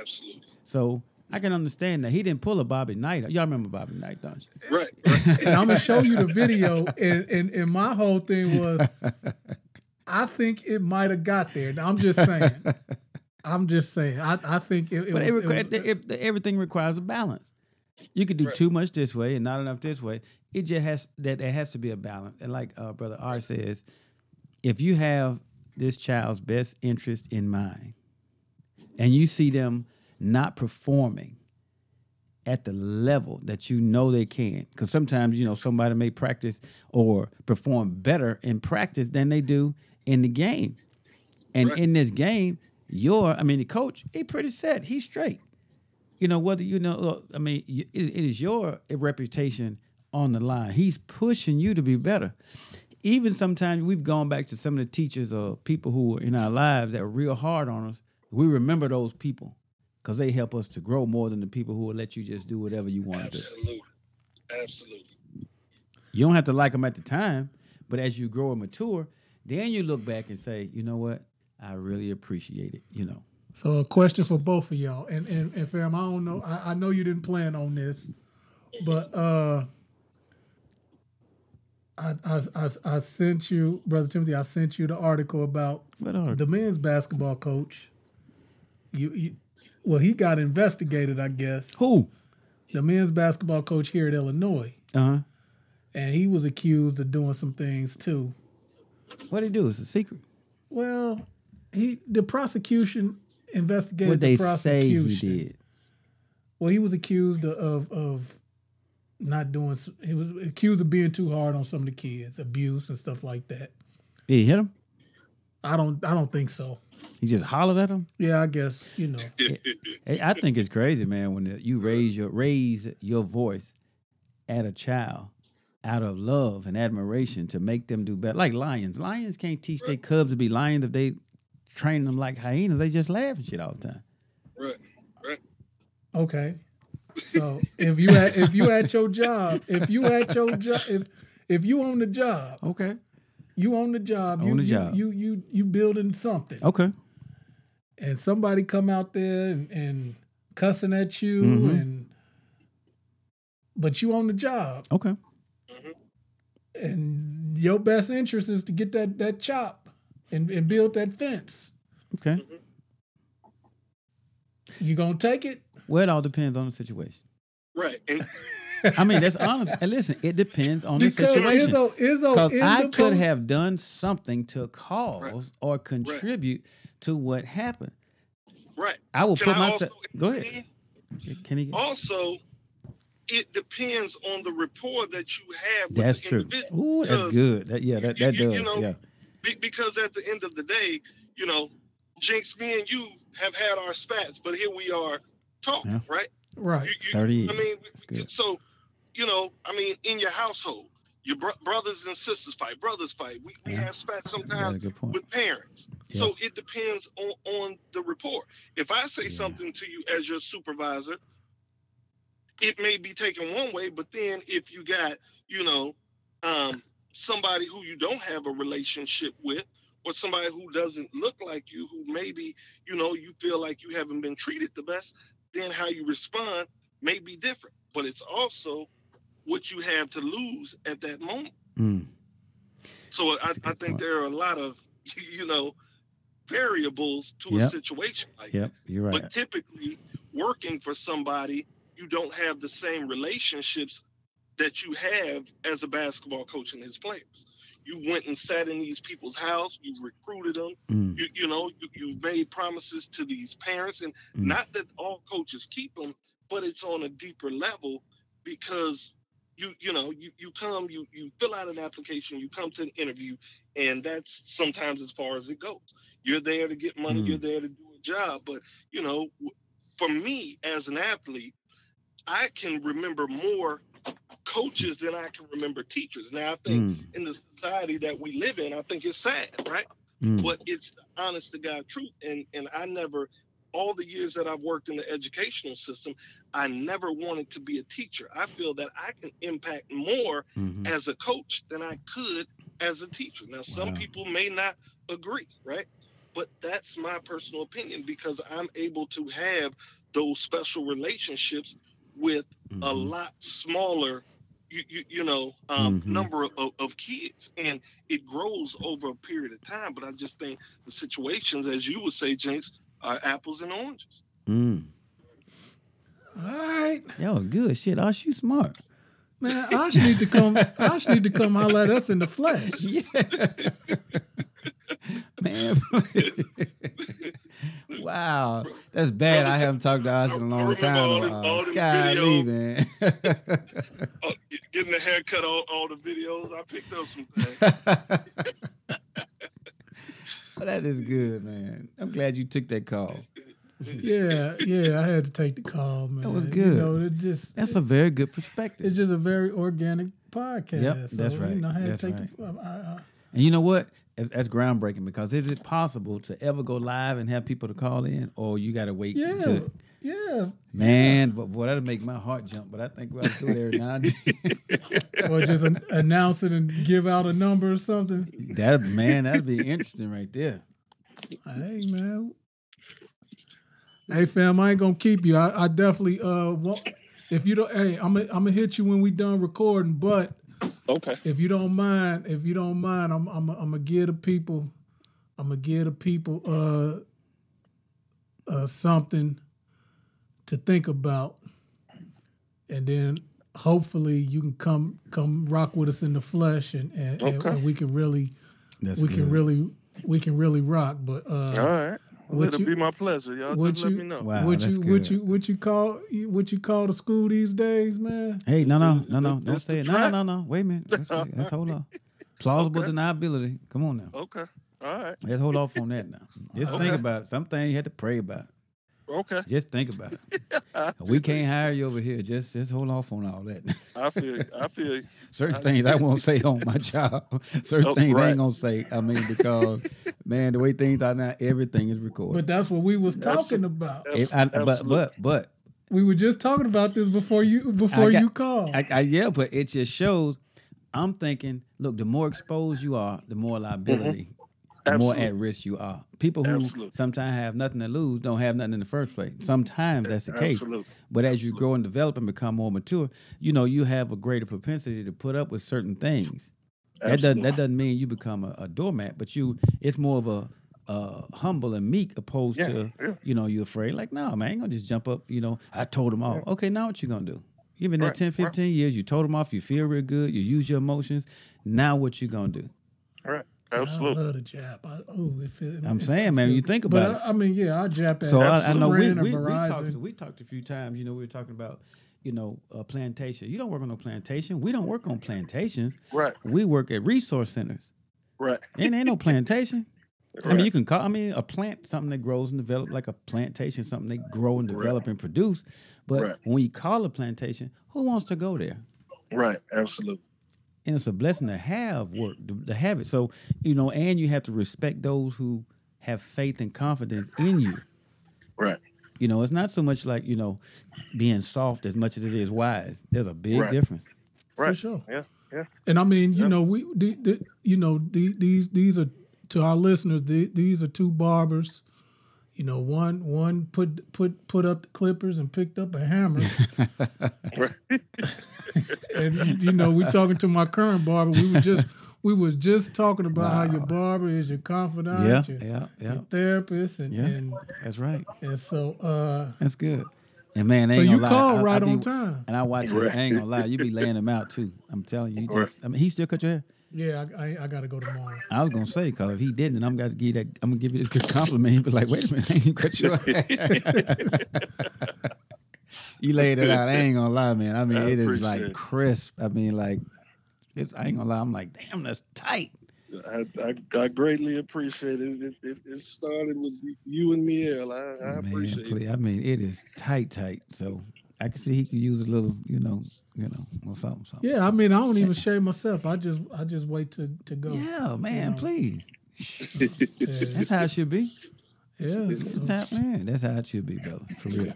Speaker 5: Absolutely.
Speaker 1: So I can understand that he didn't pull a Bobby Knight. Y'all remember Bobby Knight, don't you?
Speaker 5: Right. right.
Speaker 3: and I'm gonna show you the video. And and, and my whole thing was, I think it might have got there. Now, I'm just saying. I'm just saying. I, I think it, it
Speaker 1: But
Speaker 3: was.
Speaker 1: it
Speaker 3: it
Speaker 1: requ-
Speaker 3: was-
Speaker 1: it- it- everything requires a balance. You could do
Speaker 5: Right.
Speaker 1: too much this way and not enough this way. It just has that there has to be a balance. And like uh, brother R says, if you have this child's best interest in mind, and you see them not performing at the level that you know they can. Because sometimes, you know, somebody may practice or perform better in practice than they do in the game. And
Speaker 5: Right.
Speaker 1: in this game, your, I mean, the coach, he pretty set. He's straight. You know, whether you know, I mean, y- it, it is your reputation on the line. He's pushing you to be better. Even sometimes we've gone back to some of the teachers or people who were in our lives that were real hard on us. We remember those people because they help us to grow more than the people who will let you just do whatever you want to do.
Speaker 5: Absolutely. Absolutely.
Speaker 1: You don't have to like them at the time, But as you grow and mature, then you look back and say, you know what? I really appreciate it. You know.
Speaker 3: So a question for both of y'all, and and, and fam, I don't know. I, I know you didn't plan on this, but uh, I, I I I sent you, brother Timothy. I sent you the article about
Speaker 1: What are
Speaker 3: the men's basketball coach. You, you well, he got investigated, I guess.
Speaker 1: who?
Speaker 3: The men's basketball coach here at Illinois,
Speaker 1: Uh huh.
Speaker 3: and he was accused of doing some things too.
Speaker 1: What they do? It's a secret.
Speaker 3: Well, he the prosecution investigated
Speaker 1: What they
Speaker 3: the
Speaker 1: say
Speaker 3: prosecution.
Speaker 1: he did.
Speaker 3: Well, he was accused of of not doing. s- He was accused of being too hard on some of the kids, abuse and stuff like that.
Speaker 1: Did he hit him?
Speaker 3: I don't. I don't think so.
Speaker 1: He just hollered at him.
Speaker 3: Yeah, I guess you know.
Speaker 1: Hey, I think it's crazy, man, when the- you raise your raise your voice at a child out of love and admiration to make them do better. Like lions, lions can't teach their cubs to be lions if they train them like hyenas. They just laugh and shit all the time.
Speaker 5: Right. Right.
Speaker 3: Okay. So if you at, if you at your job, if you at your job, if if you on the job,
Speaker 1: Okay.
Speaker 3: you on the job, you
Speaker 1: On the
Speaker 3: you,
Speaker 1: job.
Speaker 3: you you you building something,
Speaker 1: Okay.
Speaker 3: and somebody come out there and, and cussing at you,
Speaker 1: Mhm.
Speaker 3: and but you on the job,
Speaker 1: Okay.
Speaker 3: and your best interest is to get that that chop and, and build that fence.
Speaker 1: Okay.
Speaker 3: You gonna take it?
Speaker 1: Well, it all depends on the situation.
Speaker 5: Right. And
Speaker 1: I mean, that's honest. And listen, it depends on the
Speaker 3: Because
Speaker 1: situation.
Speaker 3: Izzo, Izzo,
Speaker 1: Because
Speaker 3: in
Speaker 1: I
Speaker 3: the
Speaker 1: could
Speaker 3: post-
Speaker 1: have done something to cause or contribute to what happened.
Speaker 5: right.
Speaker 1: I will
Speaker 5: Can
Speaker 1: put
Speaker 5: I
Speaker 1: myself.
Speaker 5: also-
Speaker 1: Go ahead. Can he?
Speaker 5: Also, it depends on the rapport that you have. With
Speaker 1: That's
Speaker 5: the
Speaker 1: true.
Speaker 5: individual,
Speaker 1: Ooh, that's
Speaker 5: because
Speaker 1: good. That, yeah, that, that
Speaker 5: you- you
Speaker 1: does.
Speaker 5: know,
Speaker 1: yeah.
Speaker 5: be- because at the end of the day, you know, Jinx, me and you have had our spats, but here we are talking,
Speaker 1: Yeah.
Speaker 5: right?
Speaker 3: right.
Speaker 5: You, you,
Speaker 1: 30
Speaker 5: I mean,
Speaker 1: That's good.
Speaker 5: so, you know, I mean, in your household, your bro- brothers and sisters fight, brothers fight. We, we
Speaker 1: Yeah.
Speaker 5: have spats
Speaker 1: You got a
Speaker 5: sometimes
Speaker 1: good point.
Speaker 5: with parents. So it depends on, on the report. If I say
Speaker 1: Yeah.
Speaker 5: something to you as your supervisor, it may be taken one way, but then if you got, you know, um, somebody who you don't have a relationship with, or somebody who doesn't look like you, who maybe, you know, you feel like you haven't been treated the best, then how you respond may be different. But it's also what you have to lose at that moment.
Speaker 1: Mm.
Speaker 5: So I,
Speaker 1: That's a good
Speaker 5: I think
Speaker 1: point.
Speaker 5: there are a lot of, you know, variables to a
Speaker 1: Yep.
Speaker 5: situation like
Speaker 1: Yep, you're
Speaker 5: that.
Speaker 1: right.
Speaker 5: But typically, working for somebody, you don't have the same relationships that you have as a basketball coach and his players. You went and sat in these people's house, you recruited them,
Speaker 1: Mm.
Speaker 5: you, you know, you, you made promises to these parents. And
Speaker 1: Mm.
Speaker 5: not that all coaches keep them, but it's on a deeper level because you you know you, you come you you fill out an application you come to an interview and that's sometimes as far as it goes you're there to get money
Speaker 1: Mm.
Speaker 5: you're there to do a job but you know w- for me as an athlete i can remember more coaches than i can remember teachers now i think
Speaker 1: Mm.
Speaker 5: in the society that we live in i think it's sad right
Speaker 1: Mm.
Speaker 5: but it's the honest to God truth. And and I never, all the years that I've worked in the educational system, I never wanted to be a teacher. I feel that I can impact more
Speaker 1: Mhm.
Speaker 5: as a coach than I could as a teacher. Now, some
Speaker 1: Wow.
Speaker 5: people may not agree, right? But that's my personal opinion because I'm able to have those special relationships with a
Speaker 1: Mhm.
Speaker 5: lot smaller you, you, you know um,
Speaker 1: Mhm.
Speaker 5: number of, of kids and it grows over a period of time but i just think the situations as you would say jinx are apples and oranges
Speaker 1: Mm.
Speaker 3: All right,
Speaker 1: That was good shit. Are you smart?
Speaker 3: man. I should need to come. I should need to come holler at us in the flesh.
Speaker 1: Yeah. Man. wow. That's bad. I haven't talked to us in a
Speaker 5: I
Speaker 1: long
Speaker 5: remember
Speaker 1: time.
Speaker 5: all them-
Speaker 1: uh,
Speaker 5: all them
Speaker 1: golly, man.
Speaker 5: uh, getting the haircut all, all the videos i picked up some things
Speaker 1: that is good, man. I'm glad you took that call.
Speaker 3: Yeah, yeah. I had to take the call, man.
Speaker 1: was
Speaker 3: You
Speaker 1: good.
Speaker 3: know, it just
Speaker 1: That's a very good perspective.
Speaker 3: it's just a very organic podcast.
Speaker 1: Yep, that's
Speaker 3: so,
Speaker 1: right.
Speaker 3: You know, I had
Speaker 1: That's
Speaker 3: to take
Speaker 1: right.
Speaker 3: the, uh, I, I,
Speaker 1: And you know what? That's, that's groundbreaking because is it possible to ever go live and have people to call in, or you got to wait
Speaker 3: Yeah.
Speaker 1: until
Speaker 3: Yeah.
Speaker 1: Man, but boy, that'll make my heart jump. But I think we'll do it every now and then.
Speaker 3: Or just an- announce it and give out a number or something.
Speaker 1: that man, that'd be interesting right there.
Speaker 3: Hey man. Hey fam, I ain't gonna keep you. I, I definitely uh want if you don't hey, I'm gonna I'm gonna hit you when we done recording, but
Speaker 5: Okay.
Speaker 3: if you don't mind, if you don't mind, I'm I'm I'm gonna give the people, I'm gonna give the people uh, uh something to think about, and then hopefully you can come come rock with us in the flesh, and and, and-
Speaker 5: Okay.
Speaker 3: and we can really
Speaker 1: That's
Speaker 3: we can
Speaker 1: good.
Speaker 3: really we can really rock. But uh,
Speaker 5: All right.
Speaker 3: Would
Speaker 5: It'll
Speaker 3: you-
Speaker 5: be my pleasure. Y'all
Speaker 3: would
Speaker 5: just let
Speaker 3: you-
Speaker 5: me know.
Speaker 1: Wow,
Speaker 3: what
Speaker 1: that's
Speaker 3: you
Speaker 1: good.
Speaker 3: what you what you call what you call the school these days, man?
Speaker 1: Hey, no, no, no, no, don't
Speaker 5: It's
Speaker 1: say
Speaker 5: the
Speaker 1: it. No, no,
Speaker 5: trap.
Speaker 1: no, no. Wait a minute. Let's, let's hold on. Plausible deniability. Come on now.
Speaker 5: Okay. All right.
Speaker 1: Let's hold off on that now. Just
Speaker 5: Okay.
Speaker 1: think about it. Some things you have to pray about.
Speaker 5: Okay.
Speaker 1: Just think about it. we can't hire you over here. Just just hold off on all that.
Speaker 5: I feel. you. I feel. you.
Speaker 1: Certain things I won't say on my job. Certain
Speaker 5: Oh,
Speaker 1: things I ain't
Speaker 5: right.
Speaker 1: gonna say. I mean, because man, the way things are now, everything is
Speaker 3: But
Speaker 1: recorded.
Speaker 3: that's what we was talking
Speaker 5: Absolute-
Speaker 3: about.
Speaker 1: If I- but
Speaker 5: Absolute.
Speaker 1: but but
Speaker 3: We were just talking about this before you before
Speaker 1: got-
Speaker 3: you called.
Speaker 1: I, I yeah, but it just shows. I'm thinking, look, the more exposed you are, the more liability, the more at
Speaker 5: Absolutely.
Speaker 1: risk you are. People who
Speaker 5: Absolutely.
Speaker 1: sometimes have nothing to lose don't have nothing in the first place. Sometimes that's the case.
Speaker 5: Absolutely.
Speaker 1: But as you grow and develop and become more mature, you know you have a greater propensity to put up with certain things. That doesn't that doesn't mean you become a, a doormat, but you it's more of a uh, humble and meek opposed
Speaker 5: Yeah,
Speaker 1: to
Speaker 5: yeah.
Speaker 1: you know you're afraid like no man I ain't gonna just jump up you know I told him off okay now what you gonna do you've been there
Speaker 5: Right,
Speaker 1: 10
Speaker 5: right.
Speaker 1: 15 years you told him off you feel real good you use your emotions now what you gonna do
Speaker 5: All right.
Speaker 3: I
Speaker 5: Absolutely.
Speaker 3: love the jab. I, oh, it feel,
Speaker 1: I'm
Speaker 3: it-
Speaker 1: saying,
Speaker 3: it
Speaker 1: man,
Speaker 3: feel-
Speaker 1: you think
Speaker 3: but
Speaker 1: about
Speaker 3: I, I mean, yeah, I jab at
Speaker 1: So I, I
Speaker 3: Sprint
Speaker 1: know we,
Speaker 3: or
Speaker 1: we, we talked
Speaker 3: Verizon.
Speaker 1: we talked a few times. You know, we were talking about you know uh, plantation. You don't work on no plantation. We don't work on plantations.
Speaker 5: Right.
Speaker 1: We work at resource centers.
Speaker 5: Right.
Speaker 1: It ain't no plantation. I mean,
Speaker 5: Right.
Speaker 1: you can call. I mean, a plant something that grows and develops like a plantation, something they grow and develop and produce. But
Speaker 5: Right.
Speaker 1: when you call a plantation, who wants to go there?
Speaker 5: Right. Absolutely.
Speaker 1: and it's a blessing to have work to, to have it so you know and you have to respect those who have faith and confidence in you
Speaker 5: Right.
Speaker 1: you know it's not so much like you know being soft as much as it is wise there's a big
Speaker 5: Right.
Speaker 1: difference
Speaker 5: Right.
Speaker 3: sure.
Speaker 5: Yeah. Yeah.
Speaker 3: And I mean, you know, we, the, the, you know, the, these these are to our listeners. The, these are two barbers. You know, one one put put put up the clippers and picked up a hammer.
Speaker 5: Right.
Speaker 3: and you know, we talking to my current barber. We were just we was just talking about how your barber is your confidant,
Speaker 1: Yeah,
Speaker 3: your,
Speaker 1: yeah, yeah.
Speaker 3: your therapist, and,
Speaker 1: Yeah.
Speaker 3: and
Speaker 1: that's right
Speaker 3: and so uh,
Speaker 1: that's good and man I
Speaker 3: so
Speaker 1: ain't
Speaker 3: you
Speaker 1: gonna lie,
Speaker 3: called
Speaker 1: I- I
Speaker 3: right
Speaker 1: be-
Speaker 3: on time.
Speaker 1: and i watch it i ain't gonna lie you be laying them out too i'm telling you, you
Speaker 5: Right.
Speaker 1: just, i mean he still cut your hair
Speaker 3: Yeah, I, I, I got to go tomorrow.
Speaker 1: I was gonna say, cause if he didn't, I'm gonna give you that. I'm gonna give you this good compliment. He be like, "Wait a minute, I ain't even cut you." you laid it out. I ain't gonna lie, man. I mean,
Speaker 5: I
Speaker 1: it is
Speaker 5: appreciate
Speaker 1: like
Speaker 5: it.
Speaker 1: crisp. I mean, like, it's, I ain't gonna lie. I'm like, damn, that's tight.
Speaker 5: I, I, I greatly appreciate it. It, it. it started with you and me, El. I, I
Speaker 1: man,
Speaker 5: appreciate it.
Speaker 1: please, I mean, it is tight, tight. So I can see he could use a little, you know, you know, or something, something.
Speaker 3: Yeah, I mean, I don't even shave myself. I just I just wait to to go.
Speaker 1: Yeah, man,
Speaker 3: know.
Speaker 1: please.
Speaker 3: Yeah,
Speaker 1: That's how it should be.
Speaker 3: yeah.
Speaker 1: That's how, man, that's how it should be, brother. For real.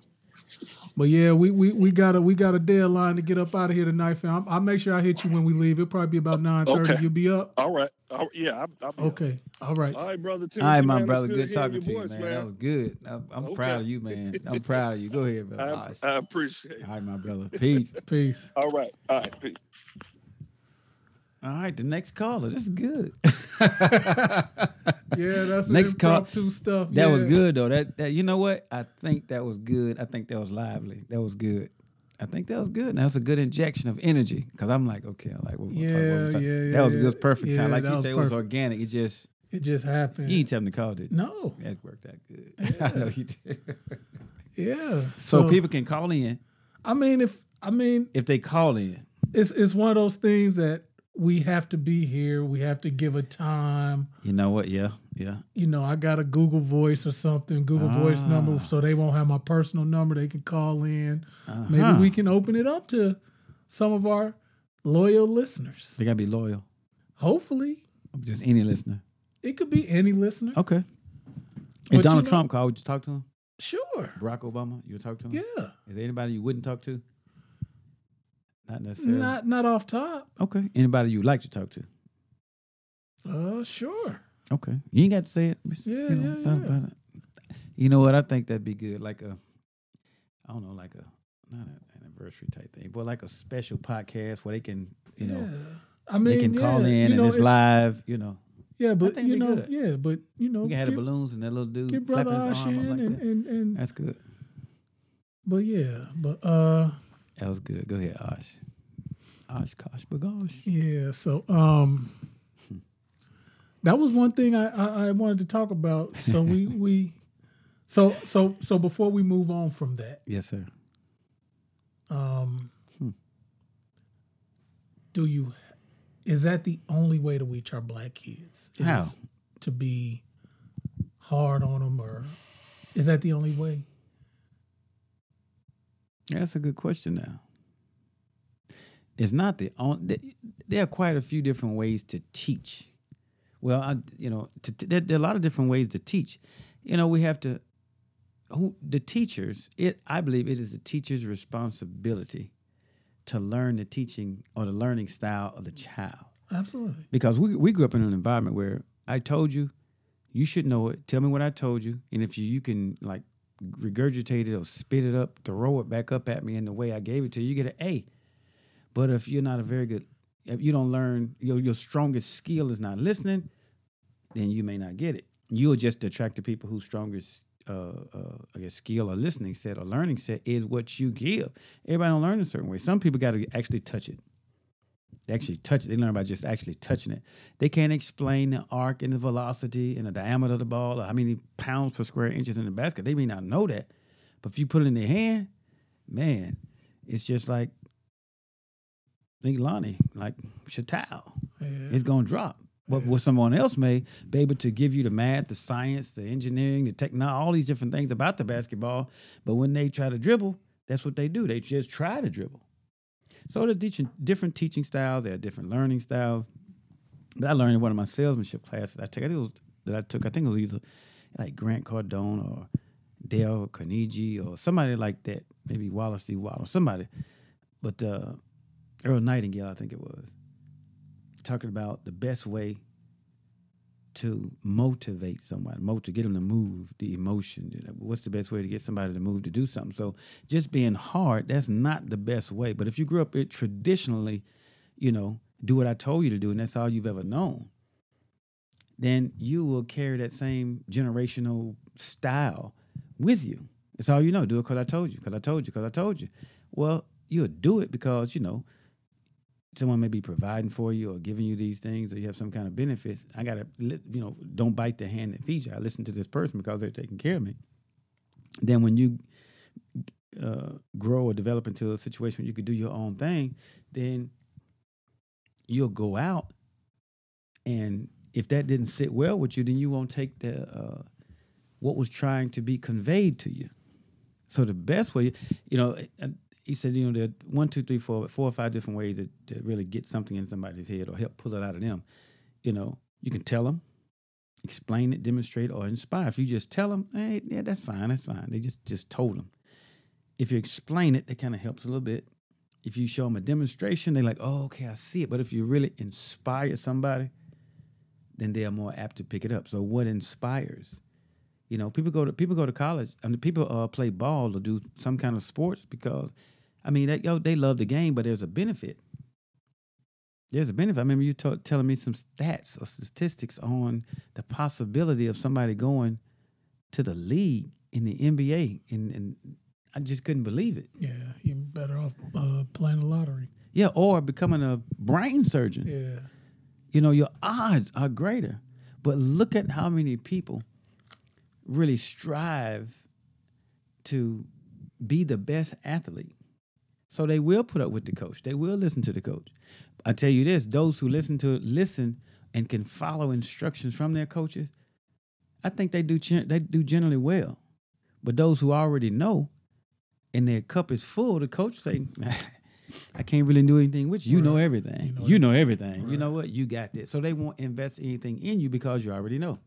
Speaker 3: But yeah, we, we we got a we got a deadline to get up out of here tonight, fam. I'll, I'll make sure I hit you when we leave. It'll probably be about nine thirty.
Speaker 5: Okay.
Speaker 3: You'll be up.
Speaker 5: All right. All, yeah. I, I'll be up.
Speaker 3: Okay. All right.
Speaker 5: All right, brother. Timothy,
Speaker 1: All right, my
Speaker 5: man, it's
Speaker 1: brother. Good
Speaker 5: hearing
Speaker 1: talking
Speaker 5: your
Speaker 1: to you,
Speaker 5: voice,
Speaker 1: man. That was good. I'm, I'm
Speaker 5: Okay.
Speaker 1: proud of you, man. I'm proud of you. Go ahead, brother. All right.
Speaker 5: I, I appreciate it.
Speaker 1: All right, my brother. Peace.
Speaker 3: Peace.
Speaker 5: All right. All right. Peace.
Speaker 1: All right, the next caller. This is good.
Speaker 3: Yeah, that's
Speaker 1: Next
Speaker 3: next
Speaker 1: call-
Speaker 3: impromptu stuff.
Speaker 1: That was
Speaker 3: yeah.
Speaker 1: good though. That that you know what? I think that was good. I think that was lively. That was good. I think that was good. And that's a good injection of energy. Cause I'm like, okay, I'm like what we're talking
Speaker 3: Yeah,
Speaker 1: about.
Speaker 3: yeah,
Speaker 1: that
Speaker 3: yeah,
Speaker 1: was good. It was
Speaker 3: yeah.
Speaker 1: perfect time.
Speaker 3: Yeah,
Speaker 1: Like
Speaker 3: that
Speaker 1: you
Speaker 3: was
Speaker 1: said, it was
Speaker 3: perfect.
Speaker 1: organic. It just
Speaker 3: It just happened.
Speaker 1: you didn't tell them to call, did you?
Speaker 3: no.
Speaker 1: That worked out good. I know you did.
Speaker 3: Yeah.
Speaker 1: So people can call in
Speaker 3: I mean, if I mean,
Speaker 1: if they call in.
Speaker 3: it's it's one of those things that we have to be here. We have to give a time.
Speaker 1: You know what? Yeah, yeah.
Speaker 3: You know, I got a Google Voice or something, Google Voice number,
Speaker 1: Ah.
Speaker 3: so they won't have my personal number. They can call in. Maybe
Speaker 1: Uh-huh.
Speaker 3: we can open it up to some of our loyal listeners.
Speaker 1: They gotta be loyal.
Speaker 3: Hopefully,
Speaker 1: Just any listener.
Speaker 3: it could be any listener.
Speaker 1: Okay.
Speaker 3: But
Speaker 1: If
Speaker 3: you
Speaker 1: Donald
Speaker 3: know-
Speaker 1: Trump called, would you talk to him?
Speaker 3: Sure.
Speaker 1: Barack Obama, you would talk to him?
Speaker 3: Yeah.
Speaker 1: Is there anybody you wouldn't talk to? Not necessarily.
Speaker 3: Not not off top.
Speaker 1: okay. Anybody you'd like to talk to?
Speaker 3: Uh, sure.
Speaker 1: Okay. You ain't got to say it. Just,
Speaker 3: Yeah,
Speaker 1: you know,
Speaker 3: yeah,
Speaker 1: thought
Speaker 3: yeah.
Speaker 1: about it. You know what? I think that'd be good. Like a, I don't know, like a, not an anniversary type thing, but like a special podcast where they can, you know,
Speaker 3: I mean,
Speaker 1: they can
Speaker 3: yeah,
Speaker 1: call in
Speaker 3: you
Speaker 1: and
Speaker 3: know,
Speaker 1: it's
Speaker 3: it-
Speaker 1: live, you know.
Speaker 3: Yeah, but
Speaker 1: think
Speaker 3: you
Speaker 1: we
Speaker 3: know,
Speaker 1: good.
Speaker 3: yeah, but you know,
Speaker 1: We can have
Speaker 3: get,
Speaker 1: the balloons and that little dude
Speaker 3: get brother
Speaker 1: flapping his
Speaker 3: Osh
Speaker 1: arm
Speaker 3: in
Speaker 1: up like
Speaker 3: and,
Speaker 1: that.
Speaker 3: and and
Speaker 1: That's good.
Speaker 3: but yeah, but uh,
Speaker 1: That was good. Go ahead, Osh. Osh, Kosh, Bagosh.
Speaker 3: yeah. So um, that was one thing I I, I wanted to talk about. So we we. So so so before we move on from that,
Speaker 1: Yes, sir.
Speaker 3: um, do you is that the only way to reach our black kids? Is
Speaker 1: How?
Speaker 3: to be hard on them, or is that the only way?
Speaker 1: That's a good question. Now, it's not the only. There are quite a few different ways to teach. Well, I, you know, to, to- there, there are a lot of different ways to teach. You know, we have to. Who the teachers? It I believe it is the teacher's responsibility to learn the teaching or the learning style of the child
Speaker 3: Absolutely.
Speaker 1: because we we grew up in an environment where I told you, you should know it. Tell me what I told you, and if you you can like regurgitate it or spit it up, throw it back up at me in the way I gave it to you, you get an A. But if you're not a very good, if you don't learn your your strongest skill is not listening, then you may not get it. You'll just attract the people whose strongest. Uh, uh, I guess skill or listening set or learning set is what you give. Everybody don't learn a certain way. Some people got to actually touch it. They actually touch it. They learn by just actually touching it. They can't explain the arc and the velocity and the diameter of the ball or how many pounds per square inches in the basket. They may not know that. But if you put it in their hand, man, it's just like think Lonnie, like Chatal.
Speaker 3: Yeah.
Speaker 1: It's gonna drop. What what someone else may be able to give you the math, the science, the engineering, the technology, all these different things about the basketball. But when they try to dribble, that's what they do. They just try to dribble. So there's teaching, different teaching styles. There are different learning styles. But I learned in one of my salesmanship classes I took. I think it was that I took. I think it was either like Grant Cardone or Dale Carnegie or somebody like that. Maybe Wallace D. Wallace, somebody. But uh, Earl Nightingale, I think it was talking about the best way to motivate somebody, mo- to get them to move, the emotion. you know, What's the best way to get somebody to move to do something? So just being hard, that's not the best way. But if you grew up it traditionally, you know, do what I told you to do, and that's all you've ever known, then you will carry that same generational style with you. It's all you know. Do it because I told you, because I told you, because I told you. Well, you'll do it because, you know, someone may be providing for you or giving you these things or you have some kind of benefits i gotta li- you know don't bite the hand that feeds you i listen to this person because they're taking care of me then when you uh, grow or develop into a situation where you could do your own thing then you'll go out and if that didn't sit well with you then you won't take the uh, what was trying to be conveyed to you so the best way, you know, uh, he said, you know, there are one, two, three, four, four or five different ways that, that really get something in somebody's head or help pull it out of them. You know, you can tell them, explain it, demonstrate, or inspire. If you just tell them, hey, yeah, that's fine, that's fine. They just just told them. If you explain it, that kind of helps a little bit. If you show them a demonstration, they're like, oh, okay, I see it. But if you really inspire somebody, then they are more apt to pick it up. So what inspires? You know, people go to people go to college and people uh, play ball or do some kind of sports because, I mean, they, yo, they love the game, but there's a benefit. There's a benefit. I remember you t- telling me some stats or statistics on the possibility of somebody going to the league in the NBA, and, and I just couldn't believe it.
Speaker 3: Yeah, you're better off uh, playing the lottery.
Speaker 1: Yeah, or becoming a brain surgeon.
Speaker 3: Yeah,
Speaker 1: you know your odds are greater but look at how many people really strive to be the best athlete so they will put up with the coach they will listen to the coach i tell you this those who listen to listen and can follow instructions from their coaches i think they do gen- they do generally well but those who already know and their cup is full the coach say I can't really do anything with you. You know everything. You know, everything. You know what? You got this. So they won't invest anything in you because you already know.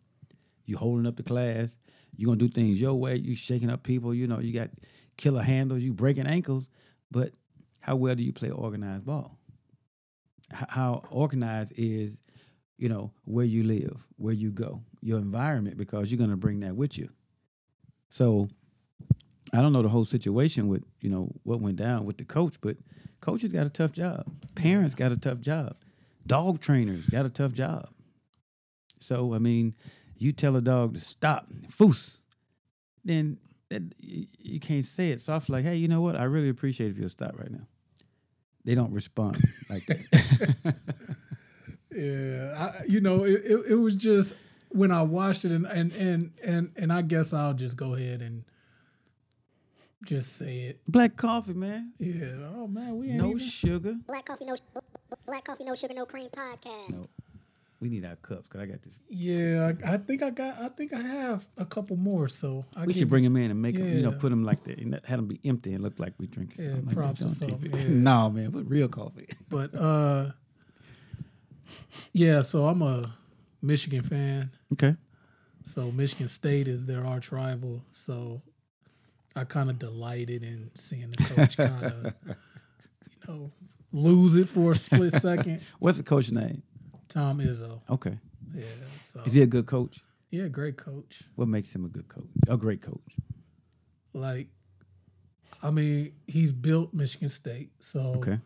Speaker 1: You holding up the class. You're gonna do things your way. You shaking up people. You know, you got killer handles. You breaking ankles. But how well do you play organized ball? H- how organized is, you know, where you live, where you go, your environment, because you're gonna bring that with you. So I don't know the whole situation with you know what went down with the coach, but coaches got a tough job. Parents got a tough job. Dog trainers got a tough job. So I mean, you tell a dog to stop, foos, then that, you, you can't say it soft like, "Hey, you know what? I really appreciate if you'll stop right now." They don't respond like that.
Speaker 3: Yeah, I, you know, it, it, it was just when I watched it, and, and and and and I guess I'll just go ahead and just say it.
Speaker 1: Black coffee, man.
Speaker 3: Yeah. Oh man, we ain't
Speaker 1: No
Speaker 3: even-
Speaker 1: sugar.
Speaker 4: Black coffee, no black coffee, no sugar, no cream podcast.
Speaker 1: No. We need our cups because I got this.
Speaker 3: yeah, I, I think I got. I think I have a couple more. So I
Speaker 1: We
Speaker 3: give
Speaker 1: should bring him in and make him, you know,
Speaker 3: Yeah.
Speaker 1: put him like that and have him be empty and look like we drinking
Speaker 3: Yeah,
Speaker 1: something like
Speaker 3: props
Speaker 1: that
Speaker 3: or
Speaker 1: on
Speaker 3: something,
Speaker 1: TV.
Speaker 3: yeah.
Speaker 1: no, man, but real coffee.
Speaker 3: But uh, yeah. So I'm a Michigan fan.
Speaker 1: Okay.
Speaker 3: So Michigan State is their arch rival. So I kind of delighted in seeing the coach kind of, you know, lose it for a split second.
Speaker 1: What's the coach's name?
Speaker 3: Tom Izzo.
Speaker 1: Okay.
Speaker 3: Yeah. So
Speaker 1: Is he a good coach?
Speaker 3: yeah, great coach.
Speaker 1: What makes him a good coach? A great coach.
Speaker 3: Like, I mean, he's built Michigan State. So
Speaker 1: Okay.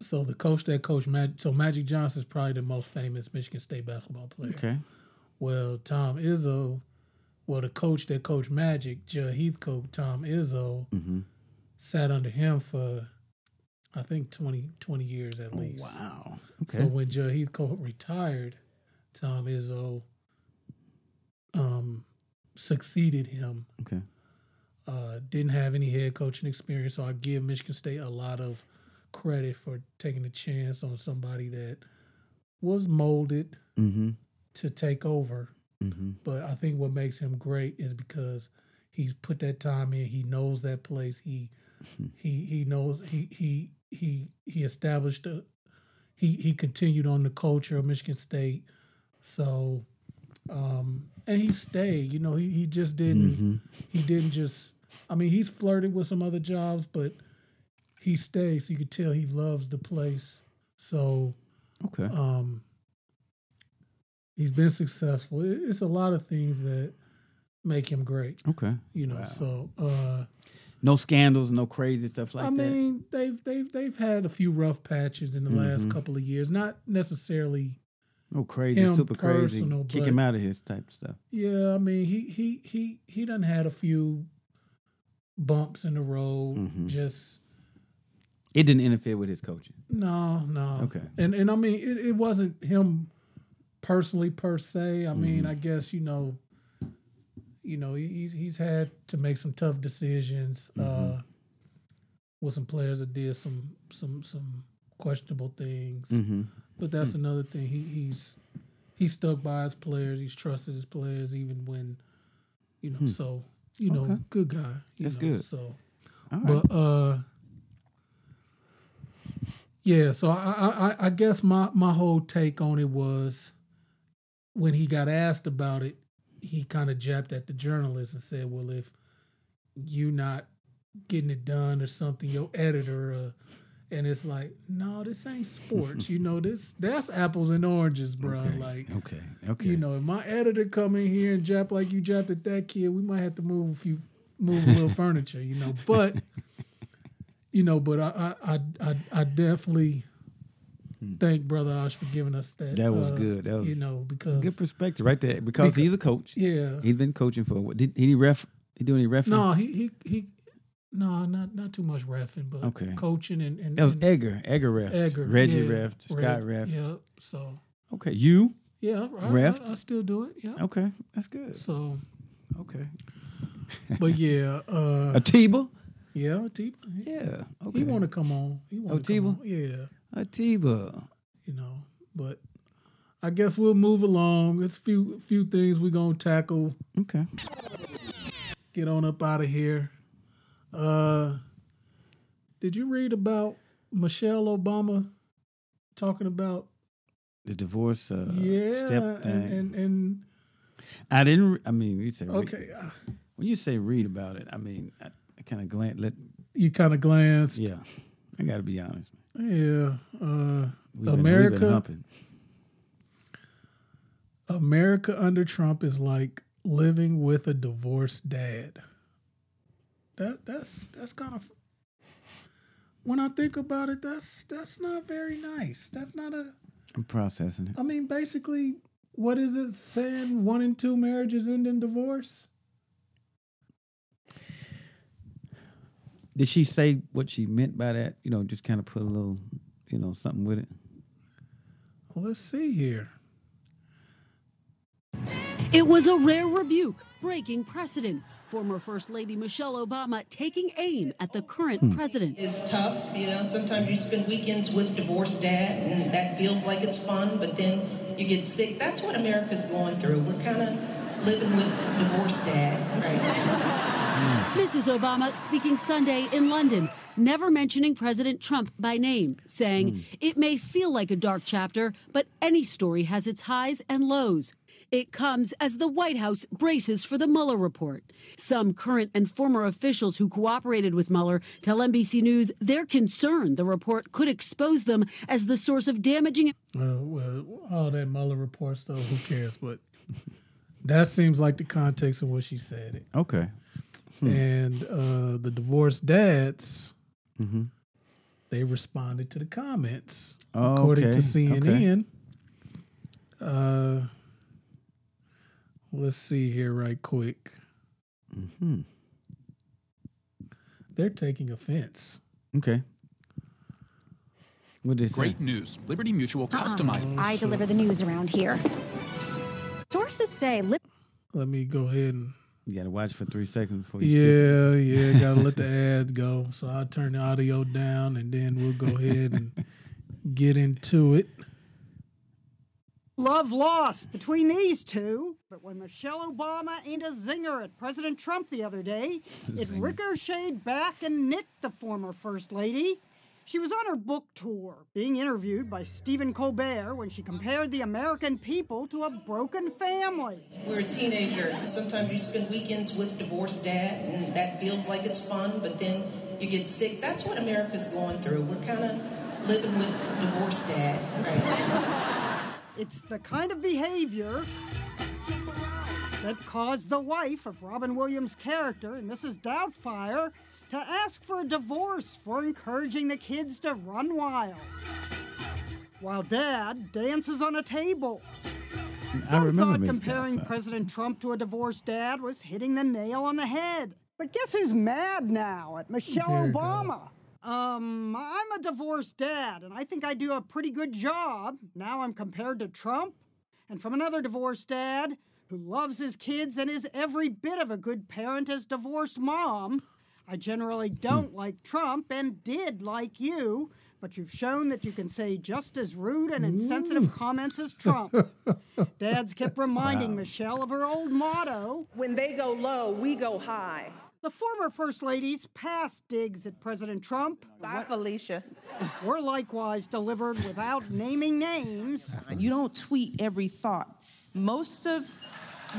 Speaker 3: so the coach that coached Mag- so Magic Johnson is probably the most famous Michigan State basketball player.
Speaker 1: Okay.
Speaker 3: Well, Tom Izzo, well, the coach that coached Magic, Joe Heathcote, Tom Izzo,
Speaker 1: Mhm.
Speaker 3: sat under him for, I think, 20, 20 years at least.
Speaker 1: Oh, Wow.
Speaker 3: So when Joe Heathcote retired, Tom Izzo um, succeeded him.
Speaker 1: okay.
Speaker 3: Uh, didn't have any head coaching experience, so I give Michigan State a lot of credit for taking a chance on somebody that was molded
Speaker 1: Mm-hmm.
Speaker 3: to take over.
Speaker 1: Mm-hmm.
Speaker 3: But I think what makes him great is because he's put that time in. He knows that place. He he he knows he he he he established a he he continued on the culture of Michigan State. So um and he stayed, you know, he he just didn't he didn't just I mean, he's flirted with some other jobs, but he stayed so you could tell he loves the place. So
Speaker 1: Okay.
Speaker 3: um, he's been successful. It- It's a lot of things that make him great,
Speaker 1: okay.
Speaker 3: you know. So uh,
Speaker 1: No scandals, no crazy stuff like
Speaker 3: I mean, they've they've they've had a few rough patches in the last couple of years. Not necessarily.
Speaker 1: that. No crazy,
Speaker 3: him
Speaker 1: super crazy.
Speaker 3: personal,
Speaker 1: Kick
Speaker 3: but-
Speaker 1: him out of here type stuff.
Speaker 3: Yeah, I mean, he he he he done had a few bumps in the road. Just
Speaker 1: It didn't interfere with his coaching.
Speaker 3: no, no.
Speaker 1: Okay.
Speaker 3: And and I mean, it, it wasn't him personally per se. I mean, I guess you know, you know, he- he's he's had to make some tough decisions uh, with some players that did some some some questionable things. But
Speaker 1: Hmm.
Speaker 3: that's another thing. He he's he stuck by his players. He's trusted his players even when, you know. So you know, good guy. you
Speaker 1: Hmm. That's
Speaker 3: know,
Speaker 1: good.
Speaker 3: So,
Speaker 1: All right.
Speaker 3: but uh, yeah. So I- I, I I guess my my whole take on it was when he got asked about it, he kind of jabbed at the journalist and said, "Well, if you not getting it done or something, your editor." Uh, and it's like, no, this ain't sports. you know, this that's apples and oranges, bro. Like,
Speaker 1: okay. Okay.
Speaker 3: you know, if my editor come in here and jap like you japped at that kid, we might have to move a few move a little furniture, you know. But you know, but I I I, I, I definitely thank Brother Osh for giving us that.
Speaker 1: Hmm.
Speaker 3: uh,
Speaker 1: That was good. That
Speaker 3: you
Speaker 1: was-
Speaker 3: know, because
Speaker 1: Good perspective right there because he's a coach.
Speaker 3: yeah.
Speaker 1: He's been coaching for what? Did, did he ref? He do any refing?
Speaker 3: no, he he he no, not not too much refing, but
Speaker 1: Okay.
Speaker 3: coaching and, and,
Speaker 1: That was
Speaker 3: and
Speaker 1: Edgar. Edgar ref.
Speaker 3: Edgar,
Speaker 1: Reggie
Speaker 3: yeah,
Speaker 1: ref. Scott ref.
Speaker 3: Yeah, so
Speaker 1: Okay. You.
Speaker 3: yeah, I, I-
Speaker 1: Ref? Oh.
Speaker 3: I, still do it. Yeah,
Speaker 1: Okay. That's good.
Speaker 3: so
Speaker 1: Okay.
Speaker 3: but yeah, uh,
Speaker 1: Atiba.
Speaker 3: yeah, T-
Speaker 1: Yeah. Okay. Oh,
Speaker 3: He want to come on. He want to come
Speaker 1: Otiba?
Speaker 3: on. Yeah,
Speaker 1: Atiba.
Speaker 3: you know. But I guess we'll move along. It's few few things we gonna tackle.
Speaker 1: Okay.
Speaker 3: Get on up out of here. Uh, did you read about Michelle Obama talking about
Speaker 1: The divorce uh,
Speaker 3: yeah
Speaker 1: step thing.
Speaker 3: and, and and
Speaker 1: I didn't. re- I mean, you say re-
Speaker 3: Okay, uh,
Speaker 1: when you say read about it, I mean, I, I kind of glance. Let
Speaker 3: you kind of glanced.
Speaker 1: yeah, I got to be honest.
Speaker 3: Yeah,
Speaker 1: We've
Speaker 3: uh,
Speaker 1: been- we've been
Speaker 3: America.
Speaker 1: humping.
Speaker 3: America under Trump is like living with a divorced dad. That that's that's kind of when I think about it, that's that's not very nice. That's not a
Speaker 1: I'm processing it.
Speaker 3: I mean, basically, what is it saying one in two marriages end in divorce?
Speaker 1: Did she say what she meant by that? You know, just kind of put a little, you know, something with it.
Speaker 3: Well, let's see here.
Speaker 6: It was a rare rebuke, breaking precedent. Former First Lady Michelle Obama taking aim at the current
Speaker 1: Hmm.
Speaker 6: president.
Speaker 7: It's tough, you know. Sometimes you spend weekends with divorced dad, and that feels like it's fun, but then you get sick. That's what America's going through. We're kind of living with divorced dad right now.
Speaker 6: Mrs. Obama speaking Sunday in London, never mentioning President Trump by name, saying, It may feel like a dark chapter, but any story has its highs and lows. It comes as the White House braces for the Mueller report. Some current and former officials who cooperated with Mueller tell NBC News they're concerned the report could expose them as the source of damaging
Speaker 3: Well, well, all that Mueller reports, though, who cares? But that seems like the context of what she said.
Speaker 1: Okay. Hmm.
Speaker 3: and uh, the divorced dads,
Speaker 1: Mm-hmm.
Speaker 3: they responded to the comments.
Speaker 1: Oh,
Speaker 3: according
Speaker 1: okay,
Speaker 3: to
Speaker 1: okay.
Speaker 3: CNN. Uh, let's see here, right quick.
Speaker 1: Mm-hmm.
Speaker 3: They're taking offense.
Speaker 1: Okay. What did they say?
Speaker 8: Great news. Liberty Mutual customized.
Speaker 9: I deliver the news around here. Sources say Lib-
Speaker 3: Let me go ahead and
Speaker 1: You got to watch for three seconds before you. speak.
Speaker 3: yeah, yeah. Gotta let the ads go. So I'll turn the audio down, and then we'll go ahead and get into it.
Speaker 10: Love lost between these two. But when Michelle Obama aimed a zinger at President Trump the other day, it ricocheted back and nicked the former First Lady. She was on her book tour, being interviewed by Stephen Colbert when she compared the American people to a broken family.
Speaker 7: We're a teenager. Sometimes you spend weekends with divorced dad, and that feels like it's fun, but then you get sick. That's what America's going through. We're kind of living with divorced dad right now.
Speaker 10: It's the kind of behavior that caused the wife of Robin Williams' character, Mrs. Doubtfire, to ask for a divorce for encouraging the kids to run wild. While dad dances on a table.
Speaker 1: I
Speaker 10: Some
Speaker 1: remember
Speaker 10: thought
Speaker 1: Miss
Speaker 10: comparing
Speaker 1: Doubtfire.
Speaker 10: President Trump to a divorced dad was hitting the nail on the head. But guess who's mad now at Michelle
Speaker 3: There you go.
Speaker 10: Obama? Um, I'm a divorced dad, and I think I do a pretty good job. Now I'm compared to Trump. And from another divorced dad who loves his kids and is every bit of a good parent as divorced mom. I generally don't like Trump and did like you, but you've shown that you can say just as rude and insensitive comments as Trump. Dad's kept reminding Michelle of her old motto
Speaker 11: When they go low, we go high.
Speaker 10: the former First Lady's past digs at President Trump
Speaker 11: Bye, Felicia.
Speaker 10: were likewise delivered without naming names.
Speaker 7: You don't tweet every thought. Most of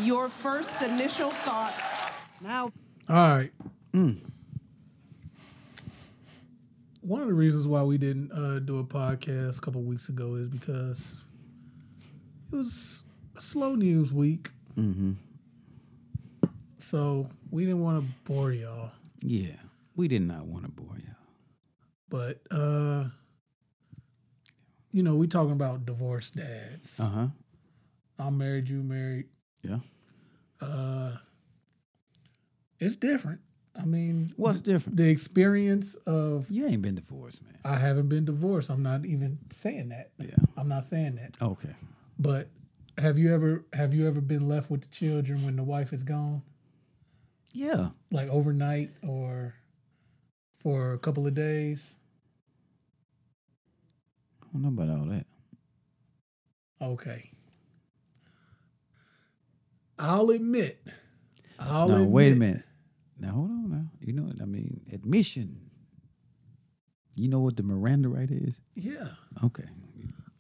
Speaker 7: your first initial thoughts
Speaker 10: Now,
Speaker 3: All right. One of the reasons why we didn't uh, do a podcast a couple weeks ago is because it was a slow news week. Mm-hmm. So we didn't want to bore y'all,
Speaker 1: Yeah, we did not want to bore you.
Speaker 3: but uh, you know we talking about divorced dads.
Speaker 1: Uh huh.
Speaker 3: I'm married, you married.
Speaker 1: Yeah.
Speaker 3: It's different. I mean,
Speaker 1: What's different?
Speaker 3: the experience of
Speaker 1: You ain't been divorced, man.
Speaker 3: I haven't been divorced. I'm not even saying that.
Speaker 1: Yeah.
Speaker 3: I'm not saying that.
Speaker 1: Okay.
Speaker 3: But have you ever have you ever been left with the children when the wife is gone,
Speaker 1: Yeah.
Speaker 3: like overnight or for a couple of days?
Speaker 1: I don't know about all that.
Speaker 3: Okay. I'll admit. I'll
Speaker 1: no,
Speaker 3: admit,
Speaker 1: wait a minute. Now hold on. Now you know what I mean. Admission. You know what the Miranda right is?
Speaker 3: Yeah.
Speaker 1: Okay.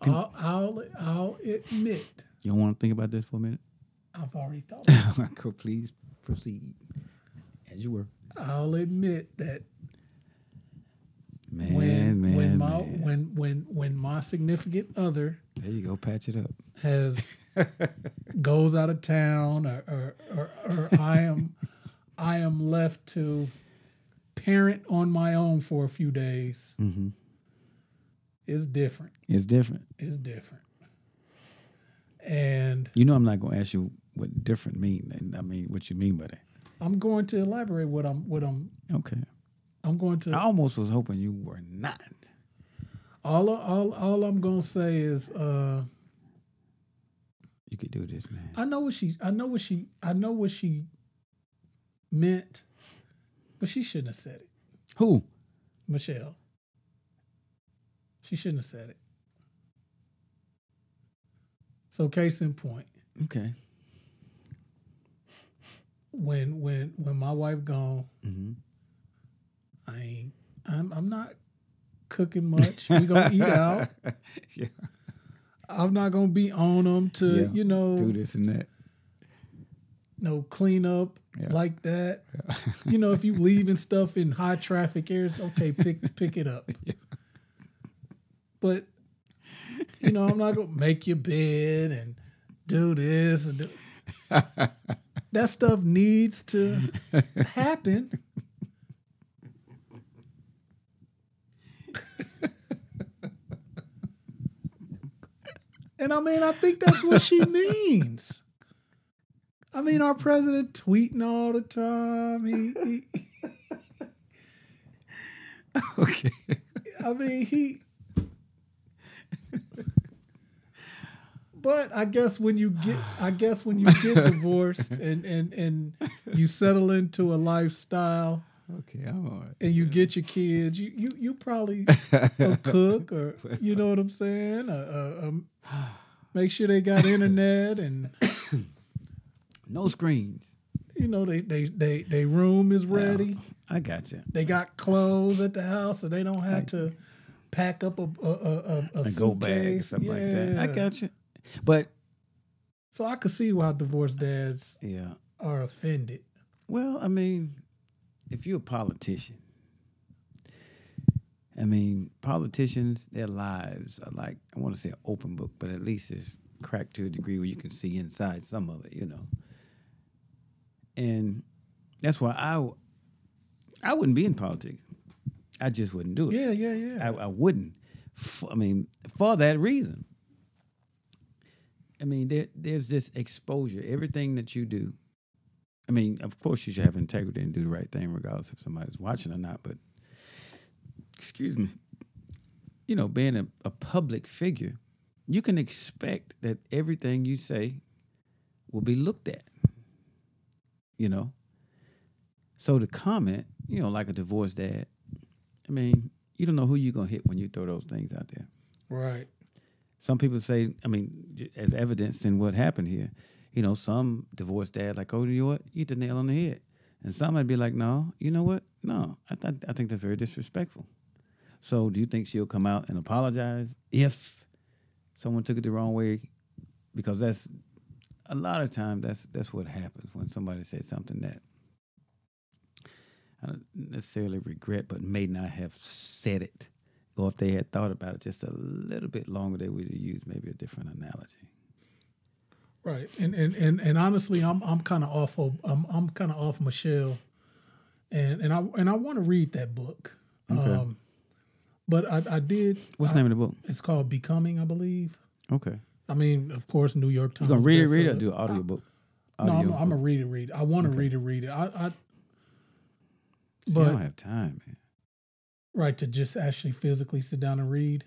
Speaker 3: I'll I'll I'll admit.
Speaker 1: You don't want to think about this for a minute?
Speaker 3: I've already thought.
Speaker 1: Marco, please proceed as you were.
Speaker 3: I'll admit that
Speaker 1: Man,
Speaker 3: when
Speaker 1: man,
Speaker 3: when my
Speaker 1: man.
Speaker 3: when when when my significant other
Speaker 1: There you go. Patch it up.
Speaker 3: has goes out of town or or, or, or I am I am left to parent on my own for a few days.
Speaker 1: hmm
Speaker 3: It's different.
Speaker 1: It's different.
Speaker 3: It's different. And
Speaker 1: You know, I'm not gonna ask you what different mean. and I mean, what you mean by that?
Speaker 3: I'm going to elaborate what I'm what I'm
Speaker 1: Okay.
Speaker 3: I'm going to
Speaker 1: I almost was hoping you were not.
Speaker 3: all all all I'm gonna say is uh
Speaker 1: You could do this, man.
Speaker 3: I know what she I know what she I know what she meant, but she shouldn't have said it.
Speaker 1: Who?
Speaker 3: Michelle. She shouldn't have said it. So case in point,
Speaker 1: Okay.
Speaker 3: when when when my wife gone,
Speaker 1: hmm
Speaker 3: I ain't I'm I'm not cooking much. We gonna eat out.
Speaker 1: Yeah.
Speaker 3: I'm not gonna be on them to
Speaker 1: Yeah.
Speaker 3: you know
Speaker 1: Do this and that.
Speaker 3: no cleanup
Speaker 1: Yeah.
Speaker 3: like that. you know, if you leaving stuff in high traffic areas, okay, pick pick it up. But you know, I'm not gonna make your bed and do this and do... that stuff needs to happen. And I mean, I think that's what she means. I mean, our president tweeting all the time. He, he
Speaker 1: Okay.
Speaker 3: I mean, he. But I guess when you get, I guess when you get divorced and and and you settle into a lifestyle
Speaker 1: Okay. I'm all right.
Speaker 3: and you get your kids, you you you probably a cook or you know what I'm saying. Uh, uh, um, make sure they got internet and
Speaker 1: No screens.
Speaker 3: you know they they they they room is ready.
Speaker 1: I got you.
Speaker 3: They got clothes at the house, so they don't have to pack up a a a, a, a
Speaker 1: A go bag or
Speaker 3: suitcase.
Speaker 1: something like that. I
Speaker 3: Yeah.
Speaker 1: got you. But
Speaker 3: So I could see why divorced dads
Speaker 1: yeah.
Speaker 3: are offended.
Speaker 1: Well, I mean, if you're a politician, I mean, politicians, their lives are like, I want to say an open book, but at least it's cracked to a degree where you can see inside some of it, you know. And that's why I, w- I wouldn't be in politics. I just wouldn't do it.
Speaker 3: Yeah, yeah, yeah.
Speaker 1: I, I wouldn't. F- I mean, for that reason. I mean, there, there's this exposure. Everything that you do, I mean, of course you should have integrity and do the right thing, regardless if somebody's watching or not. But excuse me, you know, being a, a public figure, you can expect that everything you say will be looked at. You know, so the comment, you know, like a divorced dad, I mean, you don't know who you're gonna hit when you throw those things out there.
Speaker 3: Right.
Speaker 1: Some people say, I mean, j- as evidence in what happened here, you know, some divorced dad like, oh, you know what, you hit the nail on the head, and some might be like, no, you know what, no, I th- I think that's very disrespectful. So, do you think she'll come out and apologize if someone took it the wrong way? Because that's a lot of time. That's that's what happens when somebody says something that I don't necessarily regret, but may not have said it. Or if they had thought about it just a little bit longer, they would have used maybe a different analogy.
Speaker 3: Right. And and and, and honestly, I'm I'm kind of off. of- I'm I'm kind of off Michelle, and and I and I want to read that book. Um, but I I did.
Speaker 1: What's
Speaker 3: I-
Speaker 1: the name of the book?
Speaker 3: It's called Becoming, I believe.
Speaker 1: Okay.
Speaker 3: I mean, of course, New York
Speaker 1: You
Speaker 3: Times.
Speaker 1: gonna read it, read it, or
Speaker 3: bestseller.
Speaker 1: do an audiobook?
Speaker 3: No, I'm,
Speaker 1: Audio
Speaker 3: I'm
Speaker 1: book?
Speaker 3: gonna read it. Read. It. I want to read it. Read it. I, I
Speaker 1: See, I
Speaker 3: but-
Speaker 1: don't have time, man.
Speaker 3: right to just actually physically sit down and read.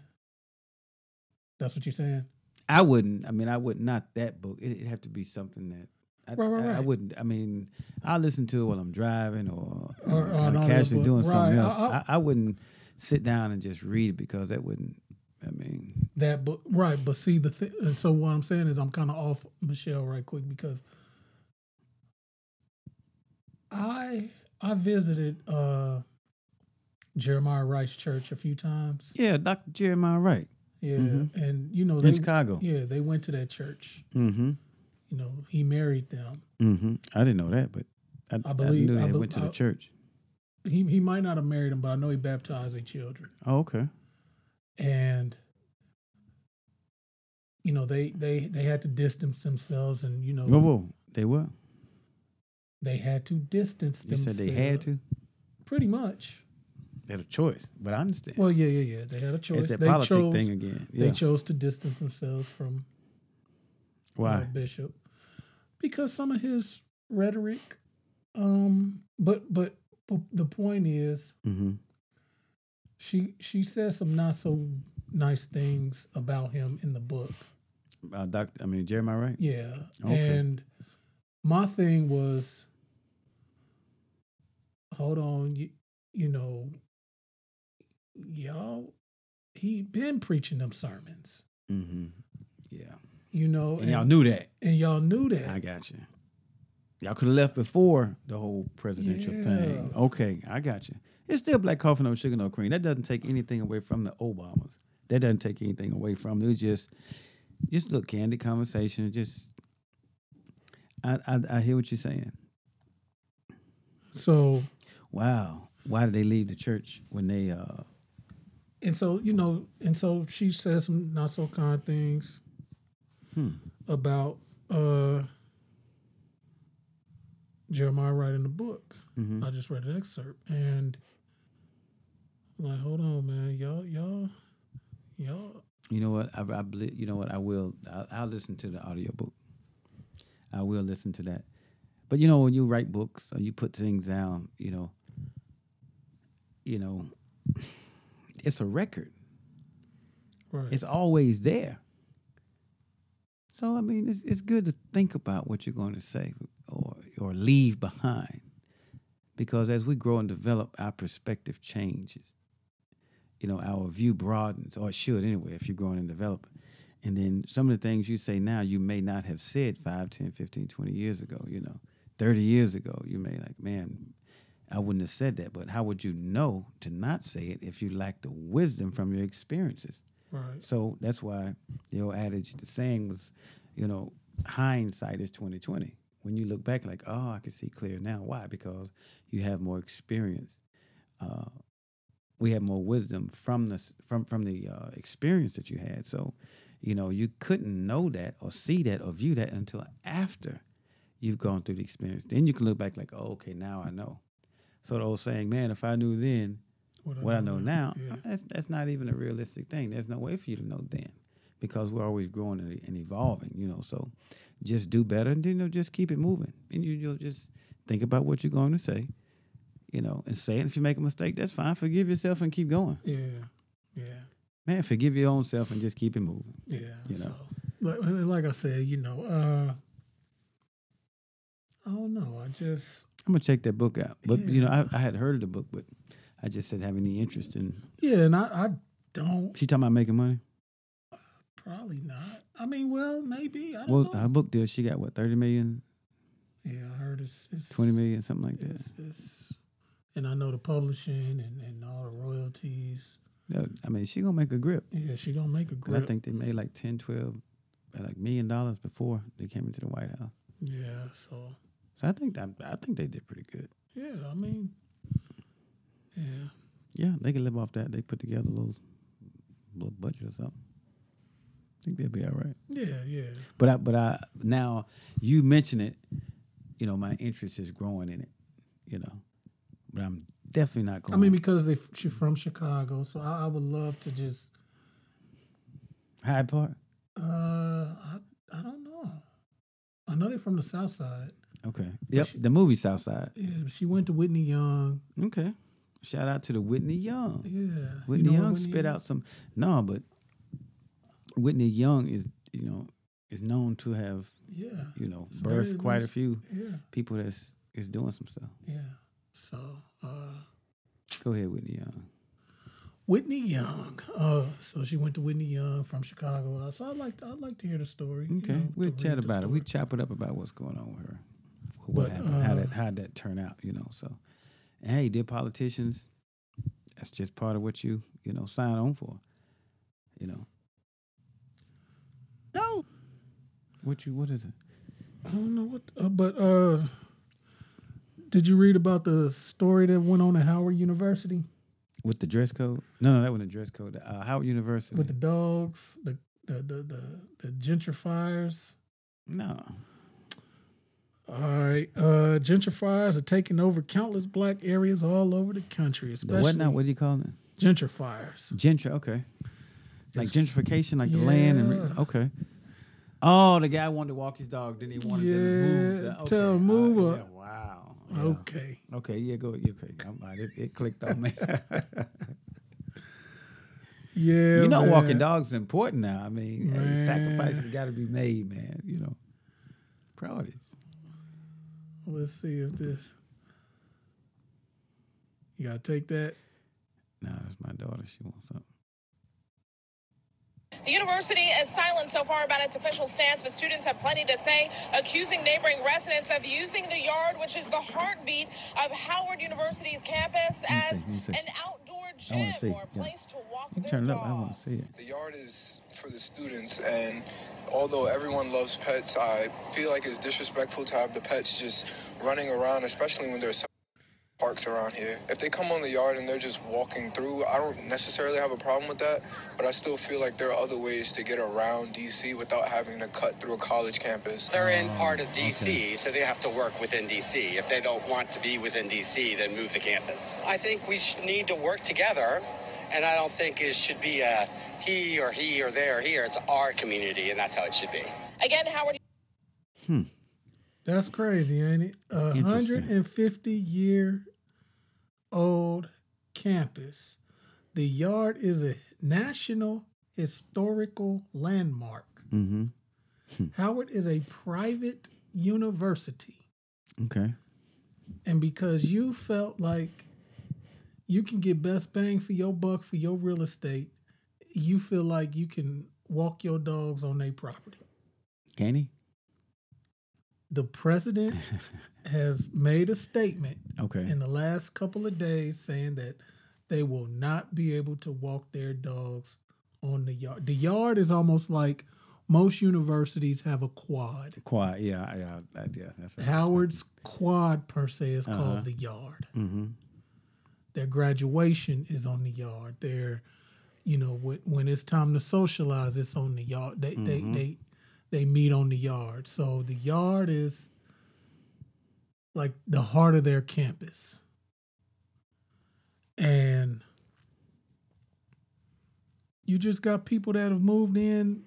Speaker 3: That's what you're saying.
Speaker 1: I wouldn't. I mean, I would not that book. It, it'd have to be something that. I,
Speaker 3: Right,
Speaker 1: I-
Speaker 3: right,
Speaker 1: I,
Speaker 3: right.
Speaker 1: wouldn't. I mean, I listen to it while I'm driving or, you
Speaker 3: Or
Speaker 1: know,
Speaker 3: on
Speaker 1: kinda
Speaker 3: audio
Speaker 1: casually
Speaker 3: book.
Speaker 1: doing something
Speaker 3: Right, I-
Speaker 1: else. I,
Speaker 3: I-
Speaker 1: I, wouldn't sit down and just read it because that wouldn't. I mean,
Speaker 3: That book, right? But see the thing. And so what I'm saying is, I'm kind of off Michelle right quick because I I visited uh Jeremiah Rice Church a few times.
Speaker 1: yeah, Doctor Jeremiah Wright.
Speaker 3: Yeah, and you know
Speaker 1: In Chicago.
Speaker 3: Yeah, they went to that church.
Speaker 1: Mm-hmm.
Speaker 3: you know, he married them.
Speaker 1: hmm I didn't know that, but I,
Speaker 3: I
Speaker 1: I uh,
Speaker 3: believe-
Speaker 1: knew
Speaker 3: I
Speaker 1: they
Speaker 3: bel-
Speaker 1: went to the
Speaker 3: I-
Speaker 1: church.
Speaker 3: He he might not have married them, but I know he baptized their children.
Speaker 1: Oh, okay.
Speaker 3: and you know they they they had to distance themselves and you know
Speaker 1: Whoa, whoa. They were.
Speaker 3: they had to distance
Speaker 1: You said
Speaker 3: themselves
Speaker 1: they had to.
Speaker 3: pretty much
Speaker 1: They had a choice, but I understand.
Speaker 3: well yeah yeah yeah they had a choice
Speaker 1: that
Speaker 3: they
Speaker 1: politic
Speaker 3: chose,
Speaker 1: thing again,
Speaker 3: they
Speaker 1: yeah.
Speaker 3: chose to distance themselves from you know,
Speaker 1: Why?
Speaker 3: bishop because some of his rhetoric um but but, but the point is
Speaker 1: Mm-hmm.
Speaker 3: she she says some not so nice things about him in the book
Speaker 1: Uh, Doctor, I mean Jeremiah, right?
Speaker 3: Yeah.
Speaker 1: Okay.
Speaker 3: And my thing was, hold on, you, you know, y'all, he been preaching them sermons,
Speaker 1: Mm-hmm. Yeah.
Speaker 3: you know.
Speaker 1: And y'all knew that.
Speaker 3: And y'all knew that.
Speaker 1: I got you. Y'all could have left before the whole presidential thing.
Speaker 3: Yeah.
Speaker 1: Okay, I got you. It's still black coffee, no sugar, no cream. That doesn't take anything away from the Obamas. That doesn't take anything away from it. It was just, just look, candid conversation. Just, I, I, I hear what you're saying.
Speaker 3: So,
Speaker 1: Wow, why did they leave the church when they? uh
Speaker 3: and so, you know, and so she says some not so kind things
Speaker 1: Hmm.
Speaker 3: about uh Jeremiah writing the book.
Speaker 1: Mhm.
Speaker 3: I just read an excerpt and I'm like, hold on, man, y'all, y'all, y'all.
Speaker 1: You know what? I, I believe. You know what? I will. I'll, I'll listen to the audiobook. I will listen to that. But you know, when you write books or you put things down, you know, you know, it's a record.
Speaker 3: Right.
Speaker 1: It's always there. So I mean, it's it's good to think about what you're going to say or or leave behind, because as we grow and develop, our perspective changes. You know, our view broadens, or it should anyway, if you're growing and developing. And then some of the things you say now, you may not have said 5, 10, 15, 20 years ago, you know, 30 years ago. You may like, man, I wouldn't have said that. But how would you know to not say it if you lack the wisdom from your experiences?
Speaker 3: Right.
Speaker 1: So that's why the old adage, the saying was, you know, hindsight is twenty twenty. When you look back, like, oh, I can see clear now. Why? Because you have more experience. Uh, we have more wisdom from the s- from from the uh, experience that you had. So, you know, you couldn't know that or see that or view that until after you've gone through the experience. Then you can look back, like, oh, okay, now I know. So the old saying, man, if I knew then what I, know, now, uh, that's that's not even a realistic thing. There's no way for you to know then, because we're always growing and, and evolving, you know. So just do better, and you know, just keep it moving, and you, you'll just think about what you're going to say, you know, and say it. If you make a mistake, that's fine. Forgive yourself and keep going,
Speaker 3: Yeah. Yeah.
Speaker 1: man. Forgive your own self and just keep it moving.
Speaker 3: Yeah.
Speaker 1: You know.
Speaker 3: So, like, and like I said, you know, uh, I don't know. I just,
Speaker 1: I'm gonna check that book out, but you know, I, I had heard of the book, but I just didn't have any interest in.
Speaker 3: yeah, and I, I don't,
Speaker 1: She talking about making money.
Speaker 3: probably not. I mean, well, maybe. I don't
Speaker 1: Well,
Speaker 3: know.
Speaker 1: her book deal, she got what 30 million,
Speaker 3: yeah, I heard it's, it's
Speaker 1: 20 million, something like that.
Speaker 3: It's, it's, and I know the publishing and, and all the royalties.
Speaker 1: No, I mean, she gonna make a grip.
Speaker 3: Yeah, she gonna make a
Speaker 1: And I
Speaker 3: grip.
Speaker 1: think they made like 10, 12, uh, like million dollars before they came into the White House.
Speaker 3: yeah, so
Speaker 1: So I think that, I think they did pretty good.
Speaker 3: yeah, I mean, yeah,
Speaker 1: Yeah, they can live off that. They put together a little, little budget or something. I think they'll be all right.
Speaker 3: yeah, yeah,
Speaker 1: But I, but I now you mention it, you know, my interest is growing in it, you know. But I'm definitely not
Speaker 3: I
Speaker 1: going.
Speaker 3: mean, because they she from Chicago, so I, I would love to just.
Speaker 1: Hyde Park.
Speaker 3: Uh, I I don't know. I know they're from the South Side.
Speaker 1: Okay. Yep. The movie Southside.
Speaker 3: Yeah, she went to Whitney Young.
Speaker 1: Okay. Shout out to the Whitney Young.
Speaker 3: Yeah, you
Speaker 1: Whitney
Speaker 3: know
Speaker 1: Young
Speaker 3: Whitney
Speaker 1: spit
Speaker 3: Young?
Speaker 1: out some no, but Whitney Young is you know is known to have
Speaker 3: Yeah.
Speaker 1: you know
Speaker 3: It's very
Speaker 1: birthed quite a
Speaker 3: much-
Speaker 1: few
Speaker 3: yeah.
Speaker 1: people that's is doing some stuff.
Speaker 3: Yeah. So uh,
Speaker 1: Go ahead, Whitney Young.
Speaker 3: Whitney Young. Uh, so she went to Whitney Young from Chicago. Uh, So I like I'd like to hear the story. you
Speaker 1: Okay,
Speaker 3: know, to
Speaker 1: we'll
Speaker 3: read
Speaker 1: chat
Speaker 3: the
Speaker 1: about it. We
Speaker 3: story.
Speaker 1: chop it up about what's going on with her, what
Speaker 3: But,
Speaker 1: happened, how
Speaker 3: uh,
Speaker 1: that how that turn out, you know. So, and hey, dear politicians, that's just part of what you you know sign on for, you know.
Speaker 10: No,
Speaker 1: What you what is it?
Speaker 3: I don't know what, uh, but uh, did you read about the story that went on at Howard University
Speaker 1: With the dress code? No, no, that wasn't a dress code. Uh, Howard University.
Speaker 3: with the dogs, the the the the, the gentrifiers?
Speaker 1: no.
Speaker 3: All right, uh, gentrifiers are taking over countless black areas all over the country,
Speaker 1: The
Speaker 3: especially
Speaker 1: what now? What do you call it?
Speaker 3: gentrifiers.
Speaker 1: Gentry. Okay. Like gentrification, like the land and re- okay. Oh, the guy wanted to walk his dog, then he wanted them to move.
Speaker 3: Yeah,
Speaker 1: The, okay.
Speaker 3: tell him move
Speaker 1: uh,
Speaker 3: up.
Speaker 1: yeah, wow.
Speaker 3: Okay.
Speaker 1: Okay, yeah, go. yeah, Okay, I'm, all right, it, it clicked on me.
Speaker 3: Yeah,
Speaker 1: you know,
Speaker 3: man.
Speaker 1: walking dogs is important now. I mean, hey,
Speaker 3: Man.
Speaker 1: sacrifices got to be made, man. You know, priorities.
Speaker 3: Let's see if this. You gotta take that.
Speaker 1: No, that's my daughter. She wants something.
Speaker 12: The university is silent so far about its official stance, but students have plenty to say, accusing neighboring residents of using the yard, which is the heartbeat of Howard University's campus, as
Speaker 1: let me see.
Speaker 12: an outdoor
Speaker 1: I want to see.
Speaker 12: gym or a
Speaker 1: yeah.
Speaker 12: place to walk
Speaker 1: You can turn it up. I want to see it.
Speaker 13: The yard is for the students, and although everyone loves pets, I feel like it's disrespectful to have the pets just running around, especially when there's so parks around here. If they come on the yard and they're just walking through, I don't necessarily have a problem with that, but I still feel like there are other ways to get around DC without having to cut through a college campus.
Speaker 14: They're in part of DC, so they have to work within DC. If they don't want to be within DC, then move the campus. I think we sh- need to work together, and I don't think it should be a he or he or they or here. It's our community, and that's how it should be.
Speaker 12: Again, Howard
Speaker 3: That's crazy, ain't it? A
Speaker 1: interesting.
Speaker 3: hundred and fifty year old campus. The yard is a national historical landmark.
Speaker 1: Mm-hmm.
Speaker 3: Howard is a private university.
Speaker 1: Okay.
Speaker 3: and because you felt like you can get best bang for your buck for your real estate, you feel like you can walk your dogs on their property.
Speaker 1: Can he?
Speaker 3: The president has made a statement
Speaker 1: Okay.
Speaker 3: in the last couple of days saying that they will not be able to walk their dogs on the yard. The yard is almost like most universities have a quad.
Speaker 1: Quiet. Yeah. I- Yeah. I- yeah that's
Speaker 3: Howard's quad per se is
Speaker 1: Uh-huh.
Speaker 3: called the yard.
Speaker 1: Mm-hmm.
Speaker 3: their graduation is on the yard their you know when, when it's time to socialize it's on the yard they,
Speaker 1: Mhm.
Speaker 3: they they they meet on the yard so the yard is like the heart of their campus and you just got people that have moved in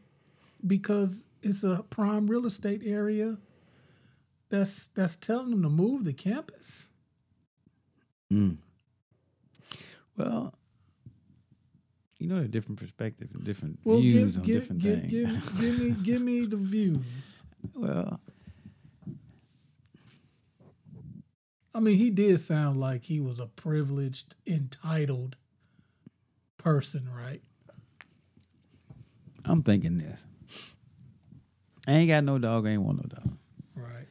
Speaker 3: because it's a prime real estate area that's that's telling them to move the campus
Speaker 1: Mm. Well, you know, they're different perspective and different
Speaker 3: Well,
Speaker 1: views
Speaker 3: give,
Speaker 1: on
Speaker 3: give,
Speaker 1: different
Speaker 3: give,
Speaker 1: things.
Speaker 3: give, give me, give me the views.
Speaker 1: well,
Speaker 3: I mean, he did sound like he was a privileged, entitled person, right?
Speaker 1: I'm thinking this. I ain't got no dog. I ain't want no dog.
Speaker 3: Right.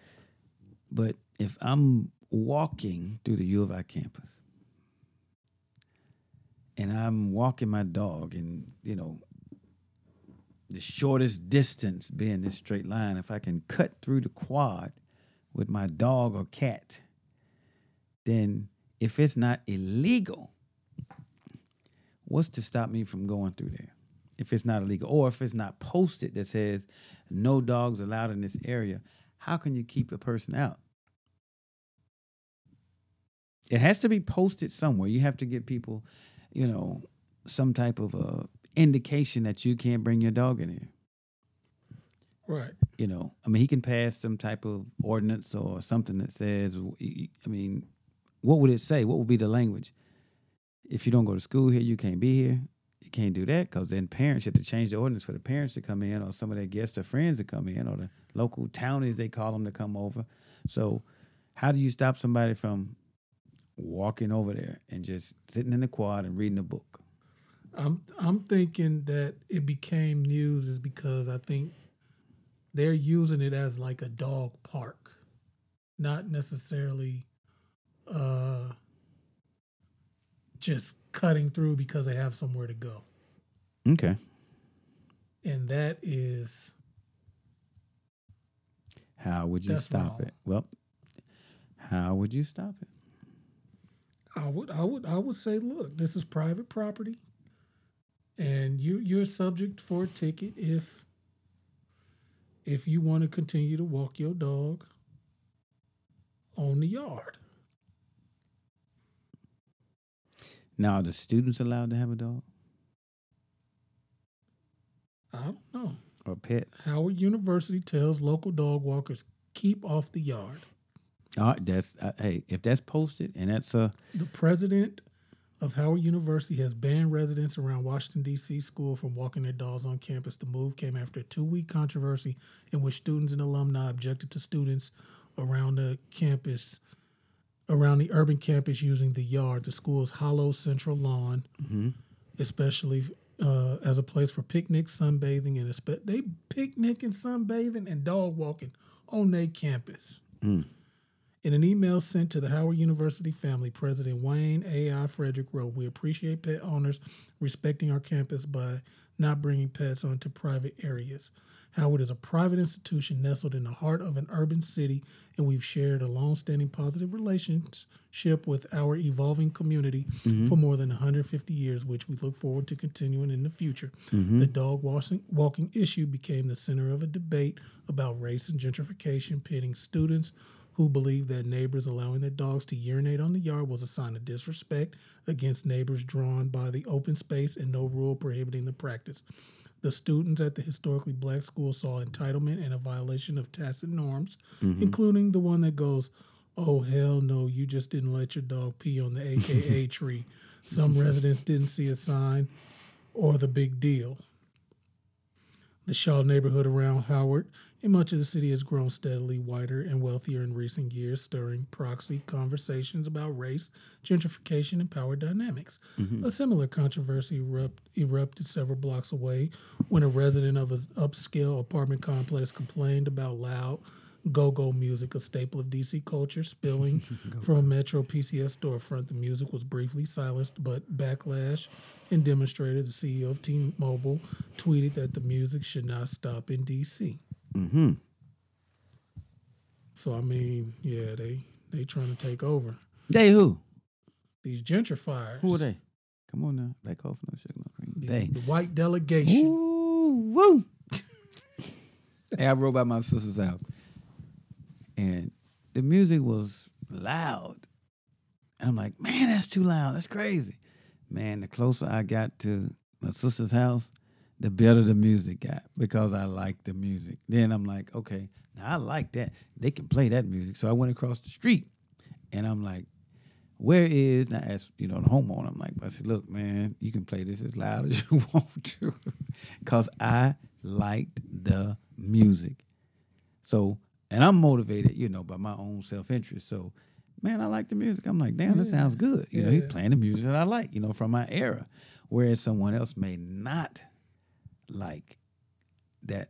Speaker 1: But if I'm walking through the U of I campus and I'm walking my dog and, you know, the shortest distance being this straight line, if I can cut through the quad with my dog or cat, then if it's not illegal, what's to stop me from going through there? If it's not illegal, or if it's not posted that says no dogs allowed in this area, how can you keep a person out? It has to be posted somewhere. You have to get people, you know, some type of uh indication that you can't bring your dog in here.
Speaker 3: Right.
Speaker 1: You know, I mean, he can pass some type of ordinance or something that says, I mean, what would it say? What would be the language? If you don't go to school here, you can't be here. You can't do that because then parents you have to change the ordinance for the parents to come in or some of their guests or friends to come in or the local townies they call them to come over. So, how do you stop somebody from walking over there and just sitting in the quad and reading a book?
Speaker 3: I'm, I'm thinking that it became news is because I think they're using it as like a dog park, not necessarily, uh, just cutting through because they have somewhere to go.
Speaker 1: Okay.
Speaker 3: and that is
Speaker 1: How would you
Speaker 3: That's
Speaker 1: stop it? Well, how would you stop it?
Speaker 3: I would I would I would say, look, this is private property, and you you're subject for a ticket if if you want to continue to walk your dog on the yard.
Speaker 1: Now, are the students allowed to have a dog
Speaker 3: I don't know.
Speaker 1: or pet?
Speaker 3: Howard University tells local dog walkers keep off the yard.
Speaker 1: Uh, that's uh, hey, if that's posted and that's uh,
Speaker 3: The president of Howard University has banned residents around Washington, D.C. school from walking their dogs on campus. The move came after a two week controversy in which students and alumni objected to students around the campus, around the urban campus using the yard, the school's hollow central lawn, especially uh, as a place for picnics, sunbathing, and espe- they picnic and sunbathing and dog walking on their campus.
Speaker 1: Mm.
Speaker 3: In an email sent to the Howard University family, President Wayne A.I. Frederick wrote, We appreciate pet owners respecting our campus by not bringing pets onto private areas. Howard is a private institution nestled in the heart of an urban city, and we've shared a long-standing positive relationship with our evolving community
Speaker 15: Mhm.
Speaker 3: for more than 150 years, which we look forward to continuing in the future.
Speaker 15: Mhm.
Speaker 3: The dog washing, walking issue became the center of a debate about race and gentrification, pitting students who believed that neighbors allowing their dogs to urinate on the yard was a sign of disrespect against neighbors drawn by the open space and no rule prohibiting the practice. The students at the historically black school saw entitlement and a violation of tacit norms,
Speaker 15: Mhm.
Speaker 3: including the one that goes, Oh, hell no, you just didn't let your dog pee on the AKA tree. Some residents didn't see a sign or the big deal. The Shaw neighborhood around Howard and much of the city has grown steadily whiter and wealthier in recent years, stirring proxy conversations about race, gentrification, and power dynamics.
Speaker 15: Mhm.
Speaker 3: A similar controversy erupt, erupted several blocks away when a resident of an upscale apartment complex complained about loud go go music, a staple of DC culture, spilling from a Metro PCS storefront. The music was briefly silenced, but backlash and demonstrators, the CEO of T Mobile, tweeted that the music should not stop in DC.
Speaker 1: mm-hmm.
Speaker 3: So I mean, yeah, they they trying to take over
Speaker 1: they who?
Speaker 3: these gentrifiers.
Speaker 1: Who are they? Come on now, like off no sugar no cream.
Speaker 3: The,
Speaker 1: They.
Speaker 3: the white delegation.
Speaker 1: Ooh, woo. Hey, I rode by my sister's house, and the music was loud. And I'm like, man, that's too loud. That's crazy. Man, the closer I got to my sister's house, the better the music got because I like the music. Then I'm like, okay, now I like that. They can play that music. So I went across the street, and I'm like, where is and I asked, you know, the homeowner, I'm like, I said, look, man, you can play this as loud as you want to. Cause I liked the music. So and I'm motivated, you know, by my own self interest. So man, I like the music. I'm like, damn, that
Speaker 15: Yeah.
Speaker 1: sounds good. You know, he's
Speaker 15: Yeah.
Speaker 1: playing the music that I like, you know, from my era. Whereas someone else may not like that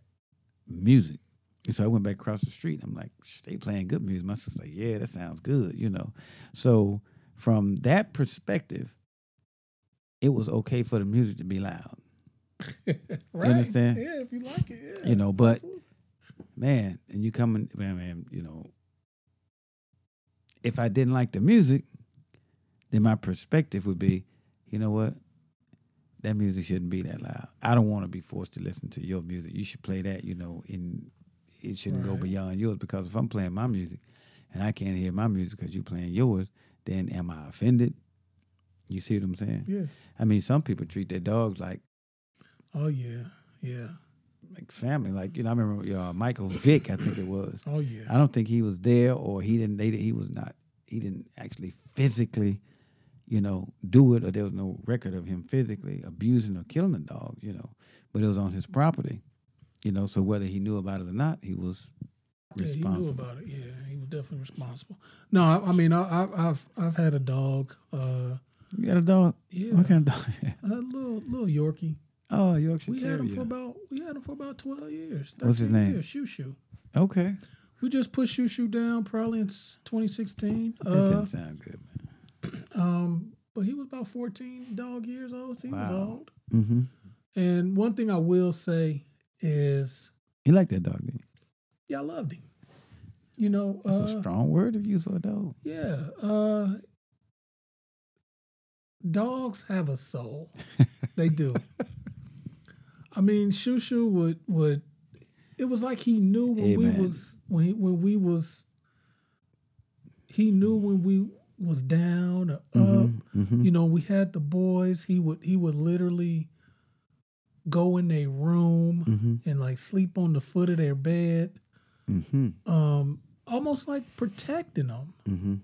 Speaker 1: music. And so I went back across the street. And I'm like, "Shh, they playing good music. My sister's like, yeah, that sounds good, you know. So from that perspective, it was okay for the music to be loud.
Speaker 3: Right.
Speaker 1: understand?
Speaker 3: Yeah, if you like it. Yeah.
Speaker 1: You know, but man, and you coming, man, man, you know, if I didn't like the music, then my perspective would be, you know what? That music shouldn't be that loud. I don't want to be forced to listen to your music. You should play that, you know, in it shouldn't go
Speaker 15: Right.
Speaker 1: beyond yours because if I'm playing my music and I can't hear my music because you're playing yours, then am I offended? You see what I'm saying?
Speaker 3: Yeah.
Speaker 1: I mean, some people treat their dogs like
Speaker 3: Oh yeah, yeah.
Speaker 1: like family. Like you know, I remember uh, Michael Vick. I think it was.
Speaker 3: Oh, yeah.
Speaker 1: I don't think he was there, or he didn't. They, he was not. He didn't actually physically, you know, do it, or there was no record of him physically abusing or killing a dog. You know, but it was on his property. You know, so whether he knew about it or not, he was
Speaker 3: Yeah, he
Speaker 1: responsible.
Speaker 3: knew about it. Yeah, he was definitely responsible. No, I, I mean, I, I, I've I've had a dog. Uh,
Speaker 1: You got a dog?
Speaker 3: Yeah.
Speaker 1: What kind of dog?
Speaker 3: a little little Yorkie.
Speaker 1: Oh, Yorkshire
Speaker 3: We had
Speaker 1: Terrier.
Speaker 3: him for about we had him for about twelve years.
Speaker 1: What's his
Speaker 3: 13
Speaker 1: name?
Speaker 3: Years, Shoo Shoo.
Speaker 1: okay.
Speaker 3: We just put Shoo Shoo down probably in s- 2016.
Speaker 1: That
Speaker 3: Uh,
Speaker 1: didn't sound good, man.
Speaker 3: um, but he was about 14 dog years old. So he was
Speaker 1: Wow.
Speaker 3: old.
Speaker 1: Mm-hmm.
Speaker 3: And one thing I will say is,
Speaker 1: You like that dog, didn't
Speaker 3: yeah, I loved him. you know,
Speaker 1: That's
Speaker 3: uh,
Speaker 1: a strong word to use for a dog.
Speaker 3: Yeah. Uh, dogs have a soul. they do. I mean, Shushu would would. It was like he knew when
Speaker 1: Hey,
Speaker 3: we
Speaker 1: man.
Speaker 3: was when he- when we was. He knew when we was down or up.
Speaker 1: Mhm, mhm.
Speaker 3: You know, we had the boys. He would he would literally go in their room
Speaker 1: Mhm.
Speaker 3: and like sleep on the foot of their bed,
Speaker 1: Mm-hmm.
Speaker 3: um, almost like protecting them.
Speaker 1: Mm-hmm.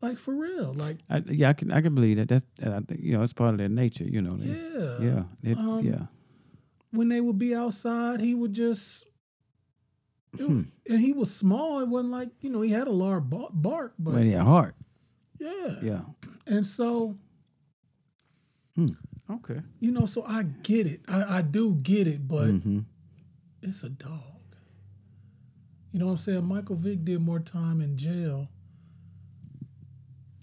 Speaker 3: Like for real. Like
Speaker 1: I, yeah, I can I can believe that. That's I think you know it's part of their nature. You know. They,
Speaker 3: Yeah.
Speaker 1: Yeah. It,
Speaker 3: Um,
Speaker 1: yeah.
Speaker 3: when they would be outside, he would just. it
Speaker 1: Hmm.
Speaker 3: wa- and he was small. It wasn't like you know he had a large bar- bark, but
Speaker 1: But yeah, heart.
Speaker 3: yeah.
Speaker 1: Yeah.
Speaker 3: And so
Speaker 1: Okay.
Speaker 3: you know, so I get it. I, I do get it, but
Speaker 1: Mm-hmm.
Speaker 3: it's a dog. You know what I'm saying? Michael Vick did more time in jail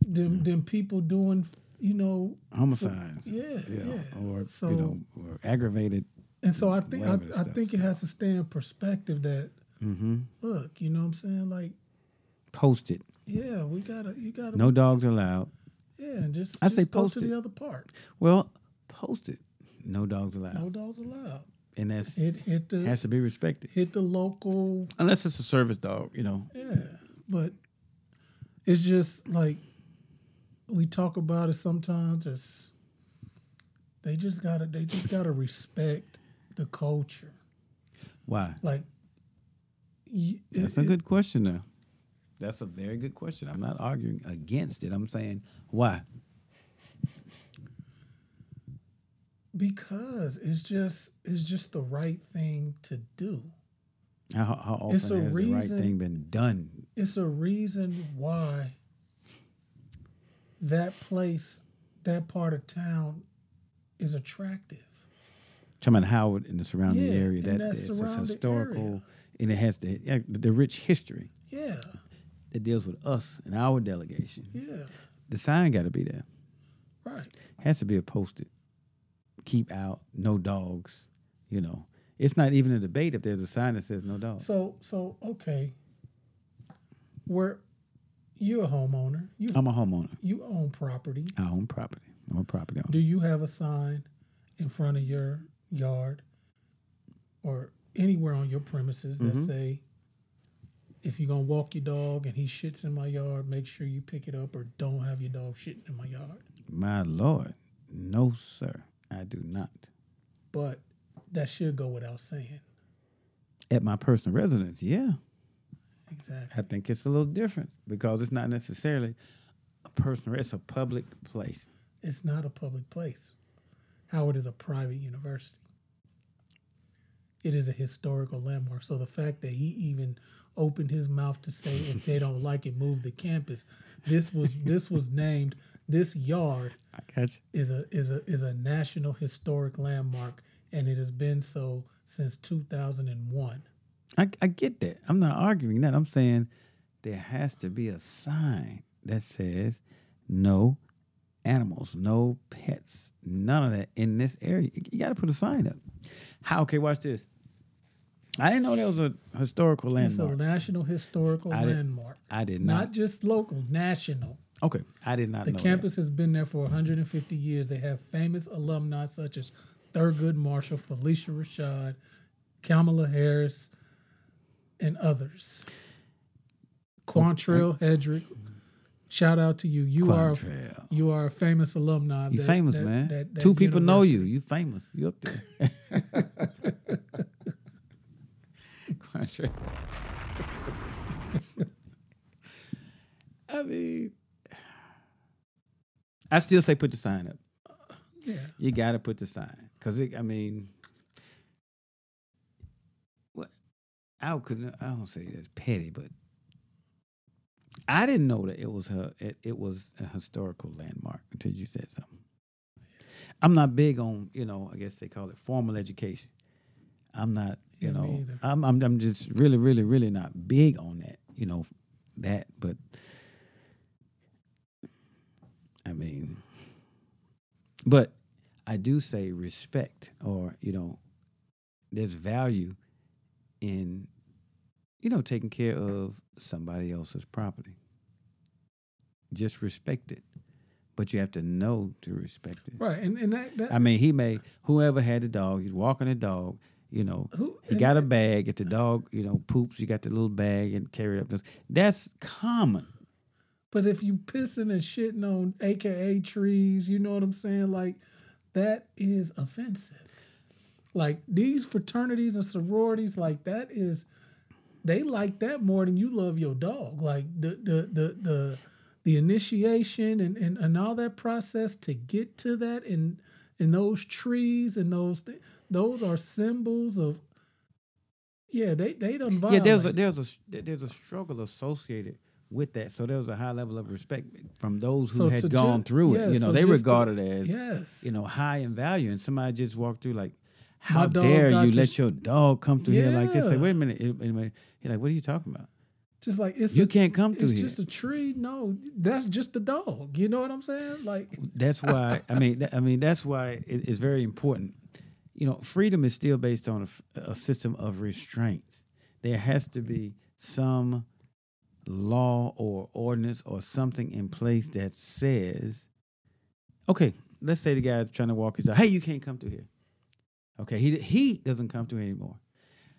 Speaker 1: Mm.
Speaker 3: than than people doing. You know, for-
Speaker 1: Homicides.
Speaker 3: yeah, yeah.
Speaker 1: Or
Speaker 3: So-
Speaker 1: you know, or aggravated.
Speaker 3: And so I think I,
Speaker 1: whatever the
Speaker 3: I
Speaker 1: stuff.
Speaker 3: think it has to stay in perspective that
Speaker 1: Mm-hmm.
Speaker 3: look, you know what I'm saying? Like,
Speaker 1: Post it.
Speaker 3: yeah, we gotta you gotta
Speaker 1: No dogs allowed.
Speaker 3: Yeah, and just
Speaker 1: I say
Speaker 3: just go
Speaker 1: post
Speaker 3: to
Speaker 1: it.
Speaker 3: the other part.
Speaker 1: Well, post it. No dogs allowed.
Speaker 3: No dogs allowed.
Speaker 1: and that's
Speaker 3: It hit the
Speaker 1: has to be respected.
Speaker 3: hit the local
Speaker 1: Unless it's a service dog, you know.
Speaker 3: Yeah, but it's just like we talk about it sometimes. It's they just gotta they just gotta respect the culture.
Speaker 1: Why?
Speaker 3: Like y- it-
Speaker 1: That's a
Speaker 3: it-
Speaker 1: good question though. That's a very good question. I'm not arguing against it. I'm saying why?
Speaker 3: because it's just it's just the right thing to do.
Speaker 1: How, how often
Speaker 3: It's
Speaker 1: has
Speaker 3: a
Speaker 1: the right
Speaker 3: reason-
Speaker 1: thing been done?
Speaker 3: It's a reason why that place, that part of town, is attractive.
Speaker 1: Talking about Howard and the surrounding
Speaker 3: Yeah,
Speaker 1: area.
Speaker 3: and
Speaker 1: That,
Speaker 3: that
Speaker 1: it's just
Speaker 3: surrounding
Speaker 1: historical
Speaker 3: area.
Speaker 1: and it has the, yeah, the rich history
Speaker 3: Yeah,
Speaker 1: that deals with us and our delegation.
Speaker 3: yeah,
Speaker 1: The sign gotta be there.
Speaker 3: right.
Speaker 1: has to be a posted. Keep out, no dogs. You know, it's not even a debate if there's a sign that says no dogs.
Speaker 3: So so okay. Where you a homeowner? You
Speaker 1: I'm a homeowner.
Speaker 3: you own property.
Speaker 1: I own property. I'm a property owner.
Speaker 3: Do you have a sign in front of your yard or anywhere on your premises that
Speaker 1: Mhm.
Speaker 3: say if you're gonna walk your dog and he shits in my yard, make sure you pick it up or don't have your dog shitting in my yard.
Speaker 1: My lord, no sir, I do not.
Speaker 3: But that should go without saying.
Speaker 1: At my personal residence, yeah,
Speaker 3: Exactly.
Speaker 1: I think it's a little different because it's not necessarily a personal. It's a public place.
Speaker 3: It's not a public place. Howard is a private university. It is a historical landmark. So the fact that he even opened his mouth to say if they don't like it, move the campus. This was this was named this yard
Speaker 1: I catch.
Speaker 3: is a is a is a national historic landmark and it has been so since 2001.
Speaker 1: I, I get that. I'm not arguing that. I'm saying there has to be a sign that says no animals, no pets, none of that in this area. You got to put a sign up. How? Okay, watch this. I didn't know there was a historical landmark.
Speaker 3: It's a national historical
Speaker 1: I did-
Speaker 3: landmark.
Speaker 1: I did
Speaker 3: not,
Speaker 1: not.
Speaker 3: just local, national.
Speaker 1: okay, I did not
Speaker 3: The
Speaker 1: know. that.
Speaker 3: campus has been there for 150 years. They have famous alumni such as Thurgood Marshall, Felicia Rashad, Kamala Harris, and others. Quantrell Hedrick, shout out to you. You are
Speaker 1: Quantrell.
Speaker 3: you are a famous alumni. of
Speaker 1: You
Speaker 3: that-
Speaker 1: famous,
Speaker 3: that-
Speaker 1: man.
Speaker 3: that- that
Speaker 1: Two people know
Speaker 3: university.
Speaker 1: you. You famous. You up there. Quantrill. I mean, I still say put the sign up.
Speaker 3: Yeah.
Speaker 1: You got to put the sign because I mean, what? I could I don't say that's petty, but I didn't know that it was her. It, it was a historical landmark until you said something. I'm not big on you know. I guess they call it formal education. I'm not you
Speaker 3: Yeah, me
Speaker 1: know.
Speaker 3: either.
Speaker 1: I'm, I'm I'm just really really really not big on that you know that. But I mean, but I do say respect or you know, there's value in you know, taking care of somebody else's property. Just respect it. But you have to know to respect it.
Speaker 3: Right, and and that, that
Speaker 1: I mean, he may whoever had the dog, he's walking the dog. You know, he got a bag. If the dog, you know, poops, you got the little bag and carry it up. That's common.
Speaker 3: But if you pissing and shitting on AKA trees, you know what I'm saying? Like that is offensive. Like these fraternities and sororities, like that is they like that more than you love your dog. Like the the the the the initiation and, and, and all that process to get to that and and those trees and those thi- those are symbols of yeah they they done
Speaker 1: Yeah,
Speaker 3: violate.
Speaker 1: there's a there's a s- there- there's a struggle associated with that. So there was a high level of respect from those who
Speaker 3: So to
Speaker 1: had gone
Speaker 3: ju-
Speaker 1: through
Speaker 3: yeah,
Speaker 1: it. You know,
Speaker 3: so
Speaker 1: they
Speaker 3: just to-
Speaker 1: regarded it as
Speaker 3: yes.
Speaker 1: you know high in value, and somebody just walked through like,
Speaker 3: My
Speaker 1: how
Speaker 3: dog
Speaker 1: dare
Speaker 3: got
Speaker 1: you
Speaker 3: to
Speaker 1: let
Speaker 3: sh-
Speaker 1: your dog come through here like this? Like,
Speaker 3: Yeah.
Speaker 1: wait a minute, it- anyway. He's like, what are you talking about?
Speaker 3: just like it's
Speaker 1: you
Speaker 3: a-
Speaker 1: can't come through
Speaker 3: it's
Speaker 1: here.
Speaker 3: just a tree no that's just the dog you know what i'm saying like
Speaker 1: that's why I mean tha- I mean that's why it, it's very important. You know, freedom is still based on a f- a, system of restraint. There has to be some law or ordinance or something in place that says, okay, let's say the guy's trying to walk his dog. Hey, you can't come through here. Okay, he he doesn't come through anymore.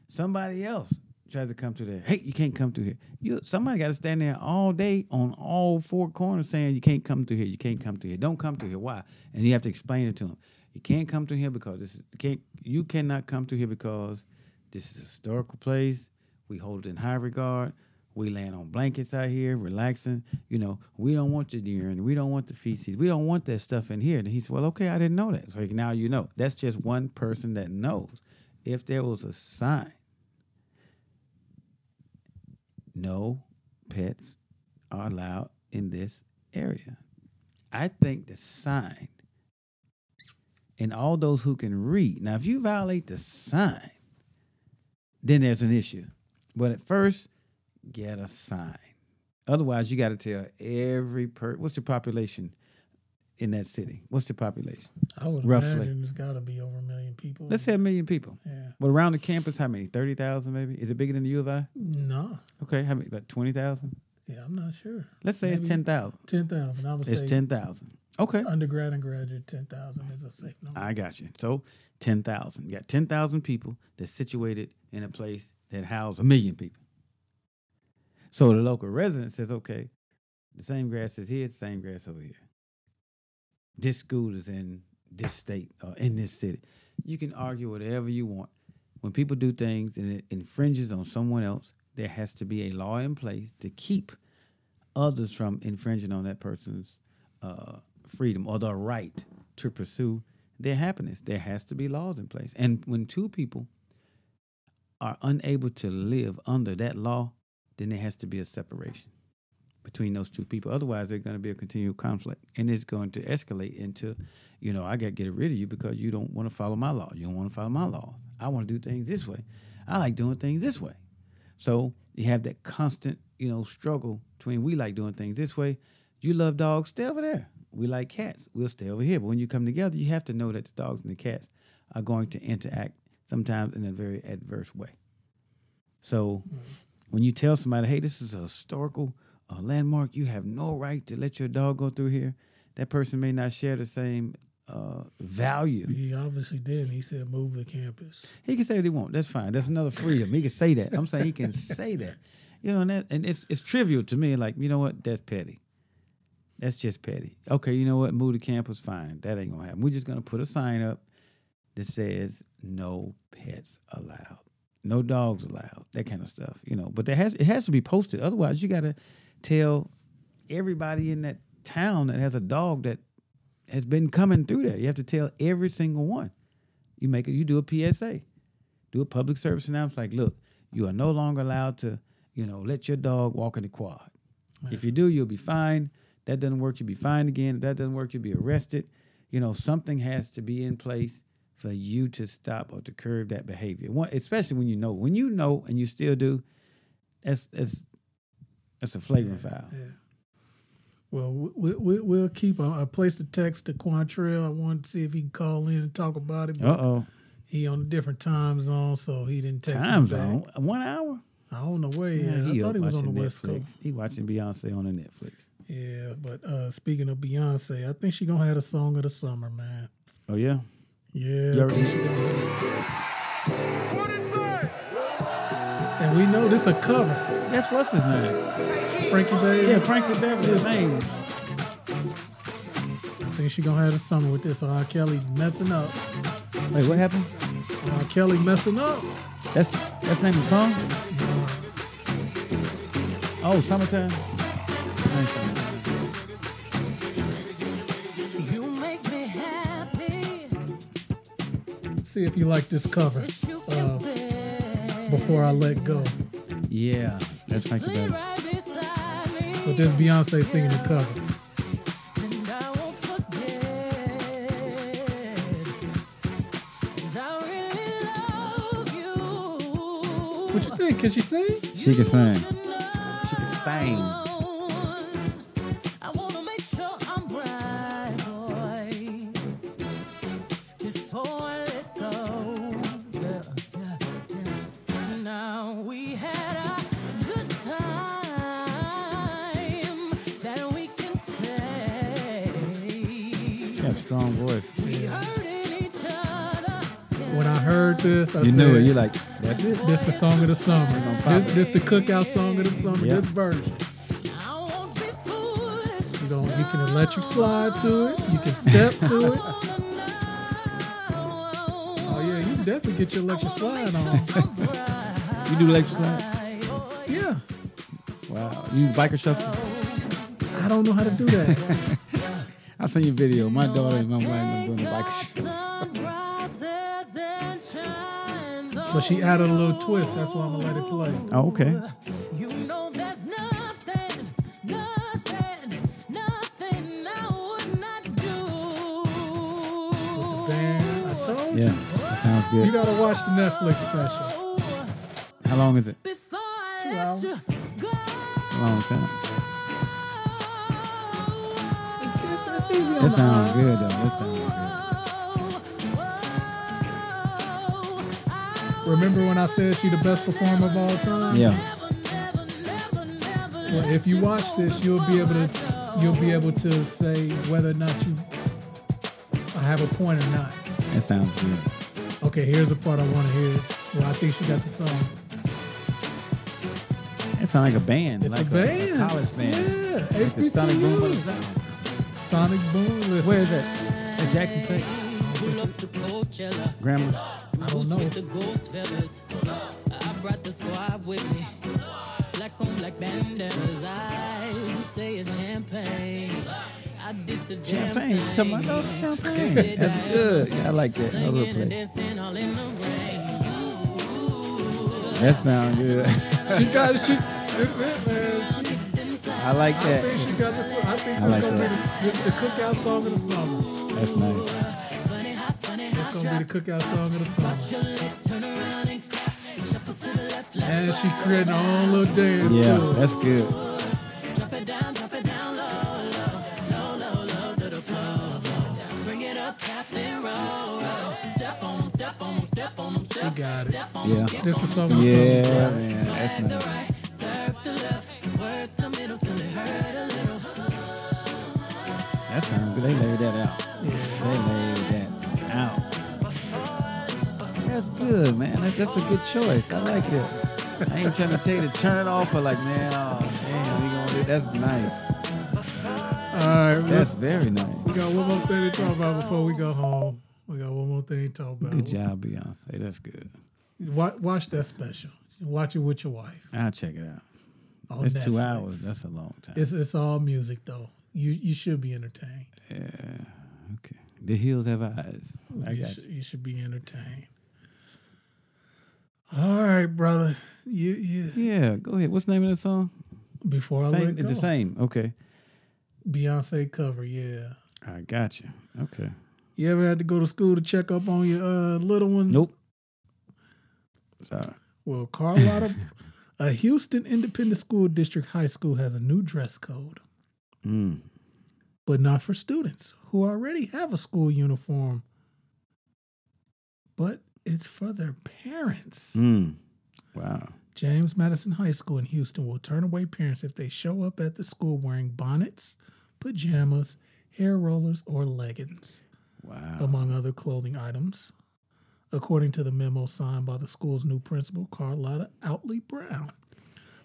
Speaker 1: Somebody else tries to come through there. Hey, you can't come through here. You somebody got to stand there all day on all four corners saying you can't come through here. You can't come through here. Don't come through here. Why? And you have to explain it to them. You can't come through here because this is, can't. You cannot come through here because this is a historical place. We hold it in high regard. We laying on blankets out here, relaxing. You know, we don't want your urine. We don't want the feces. We don't want that stuff in here. And he said, "Well, okay, I didn't know that." So like, now you know. That's just one person that knows. If there was a sign no pets are allowed in this area. I think the sign and all those who can read. Now, if you violate the sign, then there's an issue. But at first, get a sign. Otherwise, you got to tell every per. What's the population in that city? What's the population?
Speaker 3: i would
Speaker 1: roughly.
Speaker 3: imagine there's got to be over a million people
Speaker 1: Let's say a million people.
Speaker 3: Yeah.
Speaker 1: Well, around the campus, how many? Thirty thousand, maybe. Is it bigger than the U of I?
Speaker 3: no
Speaker 1: Okay, how many? About twenty thousand.
Speaker 3: yeah i'm not sure
Speaker 1: Let's say it's
Speaker 3: Maybe
Speaker 1: 10,000.
Speaker 3: 10000 i would
Speaker 1: It's
Speaker 3: say Uh,
Speaker 1: 10,000. Okay.
Speaker 3: undergrad and graduate 10000 is a safe number
Speaker 1: I got you. So 10,000. You got 10,000 people that's situated in a place that house a million people. So the local resident says, okay, the same grass is here, the same grass over here. This school is in this state or in this city. You can argue whatever you want. When people do things and it infringes on someone else, there has to be a law in place to keep others from infringing on that person's uh, freedom or the right to pursue their happiness. There has to be laws in place. And when two people are unable to live under that law, then there has to be a separation between those two people. Otherwise, there's going to be a continual conflict, and it's going to escalate into, you know, I got to get rid of you because you don't want to follow my law. You don't want to follow my law. I want to do things this way. I like doing things this way. So you have that constant, you know, struggle between we like doing things this way. You love dogs, stay over there. We like cats, we'll stay over here. But when you come together, you have to know that the dogs and the cats are going to interact sometimes in a very adverse way. So when you tell somebody, hey, this is a historical uh, landmark, you have no right to let your dog go through here, that person may not share the same uh, value.
Speaker 3: he obviously did he said move the campus
Speaker 1: He can say what he wants. That's fine. That's another freedom. He can say that. I'm saying he can say that. You know, and, that, and it's it's trivial to me. Like, you know what? That's petty. That's just petty. Okay, you know what? Move to campus. Fine. That ain't gonna happen. We're just gonna put a sign up that says no pets allowed, no dogs allowed, that kind of stuff. You know, but there has it has to be posted. Otherwise, you gotta tell everybody in that town that has a dog that has been coming through there. You have to tell every single one. You make it. You do a PSA do a public service announcement like, look, you are no longer allowed to, you know, let your dog walk in the quad. If you do, you'll be fined. That doesn't work, you'll be fined again. If that doesn't work, you'll be arrested. You know, something has to be in place for you to stop or to curb that behavior. One, especially when you know. When you know and you still do, that's that's that's a flagrant foul.
Speaker 3: Well, we, we, we'll keep. I, I placed a text to Quantrell. I wanted to see if he can call in and talk about it. but
Speaker 1: Uh oh.
Speaker 3: He on a different time zone, so he didn't text
Speaker 1: Time
Speaker 3: me back.
Speaker 1: zone. One hour.
Speaker 3: I don't know where he is. I
Speaker 1: he
Speaker 3: thought
Speaker 1: up
Speaker 3: he was on the
Speaker 1: watching
Speaker 3: West
Speaker 1: Netflix.
Speaker 3: Coast.
Speaker 1: He watching Beyonce on the Netflix.
Speaker 3: Yeah, but uh, speaking of Beyonce, I think she gonna have the song of the summer, man.
Speaker 1: Oh yeah.
Speaker 3: Yeah.
Speaker 1: You
Speaker 3: I think
Speaker 1: already-
Speaker 3: she gonna- And we know this a cover.
Speaker 1: That's what's his name?
Speaker 3: Frankie Davis.
Speaker 1: Yeah, Frankie Davis. His name.
Speaker 3: I think she gonna have the summer with this. R. Kelly messing up.
Speaker 1: Wait, what happened?
Speaker 3: R. Kelly messing up.
Speaker 1: That's that's the name of the song. Oh, summertime. Nice.
Speaker 15: You make me happy.
Speaker 3: See if you like this cover. Uh, before I let go.
Speaker 1: Yeah, that's Frankie Davis.
Speaker 3: But this Beyonce singing the cover. What you think? Can she sing?
Speaker 1: She can sing. She can sing. She got a strong voice.
Speaker 3: When I heard this, I
Speaker 1: You
Speaker 3: said,
Speaker 1: knew it. You're like, that's it.
Speaker 3: This the song of the summer.
Speaker 1: pop
Speaker 3: This,
Speaker 1: it.
Speaker 3: this the cookout song of the summer.
Speaker 1: Yeah.
Speaker 3: This version. You don't. You can electric slide to it. You can step to it. oh yeah, you can definitely get your electric slide on.
Speaker 1: You do electric slide?
Speaker 3: yeah,
Speaker 1: Wow. You biker shuffle?
Speaker 3: I don't know how to do that.
Speaker 1: I seen your video. My daughter and my wife are doing the biker shuffle.
Speaker 3: But
Speaker 7: Oh,
Speaker 3: she added a little twist. That's why I'm gonna let it play.
Speaker 1: Oh, okay.
Speaker 3: Damn, I told
Speaker 1: Yeah,
Speaker 3: you.
Speaker 1: that sounds
Speaker 3: You
Speaker 1: good.
Speaker 3: gotta watch the Netflix special.
Speaker 1: How long is it?
Speaker 3: Two hours.
Speaker 1: A long time. That sounds good though. That sounds
Speaker 3: Remember when I said she the best performer of all time?
Speaker 1: good. Yeah.
Speaker 3: Well, if you watch this, you'll be able to you'll be able to say whether or not you I have a point or not.
Speaker 1: That sounds good.
Speaker 3: Okay, here's the part I want to hear. Well, I think she got the song.
Speaker 1: That sounds like a band.
Speaker 3: It's
Speaker 1: like
Speaker 3: a band.
Speaker 1: A, college band.
Speaker 3: Yeah,
Speaker 1: Like the Sonic
Speaker 3: HBCU.
Speaker 1: Boom of the South.
Speaker 3: Sonic Boom. Listen.
Speaker 1: Where is it? At Jackson State? Grandma?
Speaker 3: I don't know.
Speaker 15: The ghost feathers. I brought the squad with me. Black on black bandanas. I say it's champagne. I did the jam
Speaker 1: Champagne. She's talking about "Oh, champagne. That's good. Yeah, I like that. I will play. That sounds good.
Speaker 3: She got she. That's it, man. She-
Speaker 1: I like
Speaker 3: I think she
Speaker 1: that.
Speaker 3: got the song. I think
Speaker 1: I
Speaker 3: this is
Speaker 1: like
Speaker 3: gonna
Speaker 1: that.
Speaker 3: be the, the cookout song of the summer.
Speaker 1: That's nice.
Speaker 3: It's gonna be the cookout song of the summer. And she creating her own little dance
Speaker 1: Yeah,
Speaker 3: too.
Speaker 1: that's good.
Speaker 3: You got it.
Speaker 1: Yeah.
Speaker 3: This is something.
Speaker 1: Yeah, man. That's nice. That sounds good. They laid that out. They laid that out. That's good, man. That, that's a good choice. I like that. I ain't trying to tell you to turn it off, but like, man, oh, damn, we gonna do that's nice.
Speaker 3: All right,
Speaker 1: That's
Speaker 3: let's-
Speaker 1: very nice.
Speaker 3: we got one more thing to talk about before we go home. We got one more thing to talk about.
Speaker 1: Good job, Beyonce. That's good.
Speaker 3: Wa- watch that special. Watch it with your wife.
Speaker 1: I'll check it out.
Speaker 3: On
Speaker 1: That's two
Speaker 3: Netflix.
Speaker 1: hours. That's a long time.
Speaker 3: It's it's all music though. You you should be entertained.
Speaker 1: yeah. Okay. The hills have eyes. I
Speaker 3: you,
Speaker 1: got
Speaker 3: should,
Speaker 1: you.
Speaker 3: you should be entertained. All right, brother. You you
Speaker 1: Yeah, go ahead. What's the name of that song?
Speaker 3: before I
Speaker 1: Same,
Speaker 3: let go.
Speaker 1: the same. Okay.
Speaker 3: Beyonce cover. Yeah.
Speaker 1: I got you. Okay.
Speaker 3: You ever had to go to school to check up on your uh, little ones?
Speaker 1: Nope. Sorry.
Speaker 3: Well, Carlotta, a Houston Independent School District high school has a new dress code,
Speaker 1: Mm.
Speaker 3: but not for students who already have a school uniform.
Speaker 1: Hmm.
Speaker 3: But it's for their parents.
Speaker 1: Mm. Wow.
Speaker 3: James Madison High School in Houston will turn away parents if they show up at the school wearing bonnets, pajamas, hair rollers, or leggings,
Speaker 1: wow.
Speaker 3: among other clothing items, according to the memo signed by the school's new principal, Carlotta Outley Brown.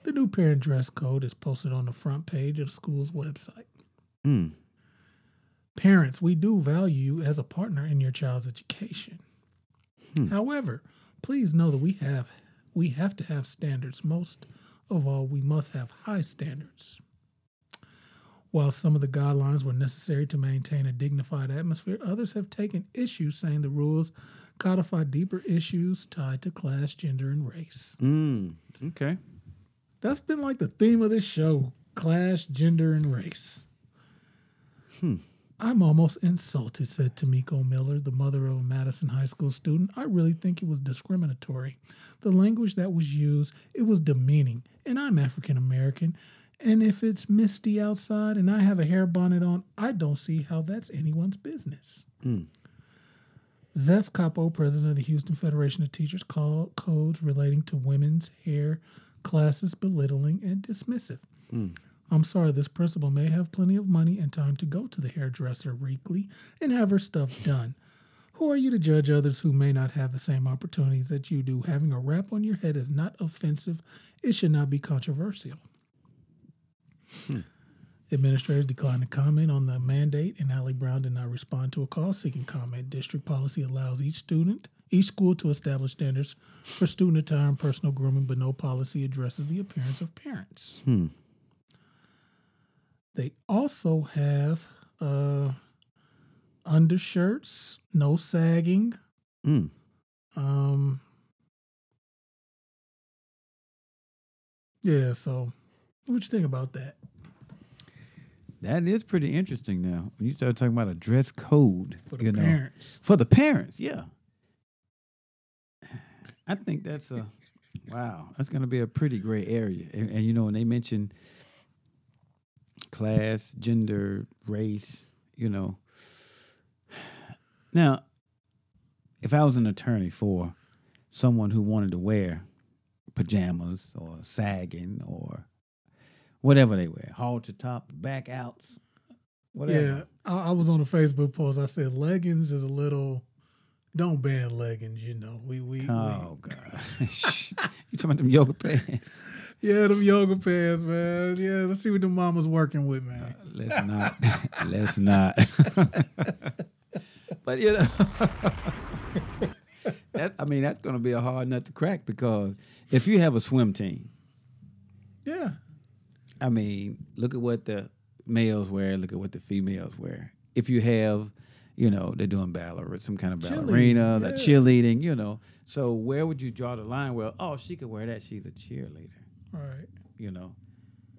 Speaker 3: The new parent dress code is posted on the front page of the school's website.
Speaker 1: Mm.
Speaker 3: Parents, we do value you as a partner in your child's education.
Speaker 1: Hmm.
Speaker 3: However, please know that we have we have to have standards. Most of all, we must have high standards. While some of the guidelines were necessary to maintain a dignified atmosphere, others have taken issue saying the rules codify deeper issues tied to class, gender, and race.
Speaker 1: Mm. Okay.
Speaker 3: That's been like the theme of this show class, gender, and race.
Speaker 1: Hmm.
Speaker 3: I'm almost insulted, said Tamiko Miller, the mother of a Madison High School student. I really think it was discriminatory. The language that was used, it was demeaning, and I'm African American. And if it's misty outside and I have a hair bonnet on, I don't see how that's anyone's business.
Speaker 1: Mm.
Speaker 3: Zeph Capo, president of the Houston Federation of Teachers, called codes relating to women's hair classes belittling and dismissive.
Speaker 1: Mm.
Speaker 3: I'm sorry, this principal may have plenty of money and time to go to the hairdresser weekly and have her stuff done. Who are you to judge others who may not have the same opportunities that you do? Having a wrap on your head is not offensive, it should not be controversial.
Speaker 1: Hmm.
Speaker 3: Administrators declined to comment on the mandate, and Allie Brown did not respond to a call seeking comment. District policy allows each student, each school to establish standards for student attire and personal grooming, but no policy addresses the appearance of parents.
Speaker 1: Hmm.
Speaker 3: They also have uh, undershirts, no sagging.
Speaker 1: Mm.
Speaker 3: Um, yeah, so what you think about that?
Speaker 1: That is pretty interesting. Now, when you start talking about a dress code,
Speaker 3: For the
Speaker 1: you
Speaker 3: parents.
Speaker 1: know, for the parents, yeah, I think that's a wow. That's going to be a pretty gray area. And, and you know, when they mention class, gender, race, you know, now, if I was an attorney for someone who wanted to wear pajamas or sagging or whatever they wear, halter top, back outs,
Speaker 3: Yeah,
Speaker 1: whatever.
Speaker 3: I, I was on a Facebook post. I said leggings is a little. Don't ban leggings. You know, we we, we-
Speaker 1: Oh God! you talking about them yoga pants?
Speaker 3: yeah, them yoga pants, man. Yeah, let's see what the mama's working with, man.
Speaker 1: Let's not. Let's not. but you know, that, I mean, that's going to be a hard nut to crack because if you have a swim team,
Speaker 3: yeah,
Speaker 1: I mean, look at what the males wear. Look at what the females wear. If you have, you know, they're doing ballerina, some kind of ballerina,
Speaker 3: Cheerleading,
Speaker 1: that
Speaker 3: yeah.
Speaker 1: cheerleading, you know. So where would you draw the line? Well, oh, she could wear that. She's a cheerleader,
Speaker 3: right.
Speaker 1: you know.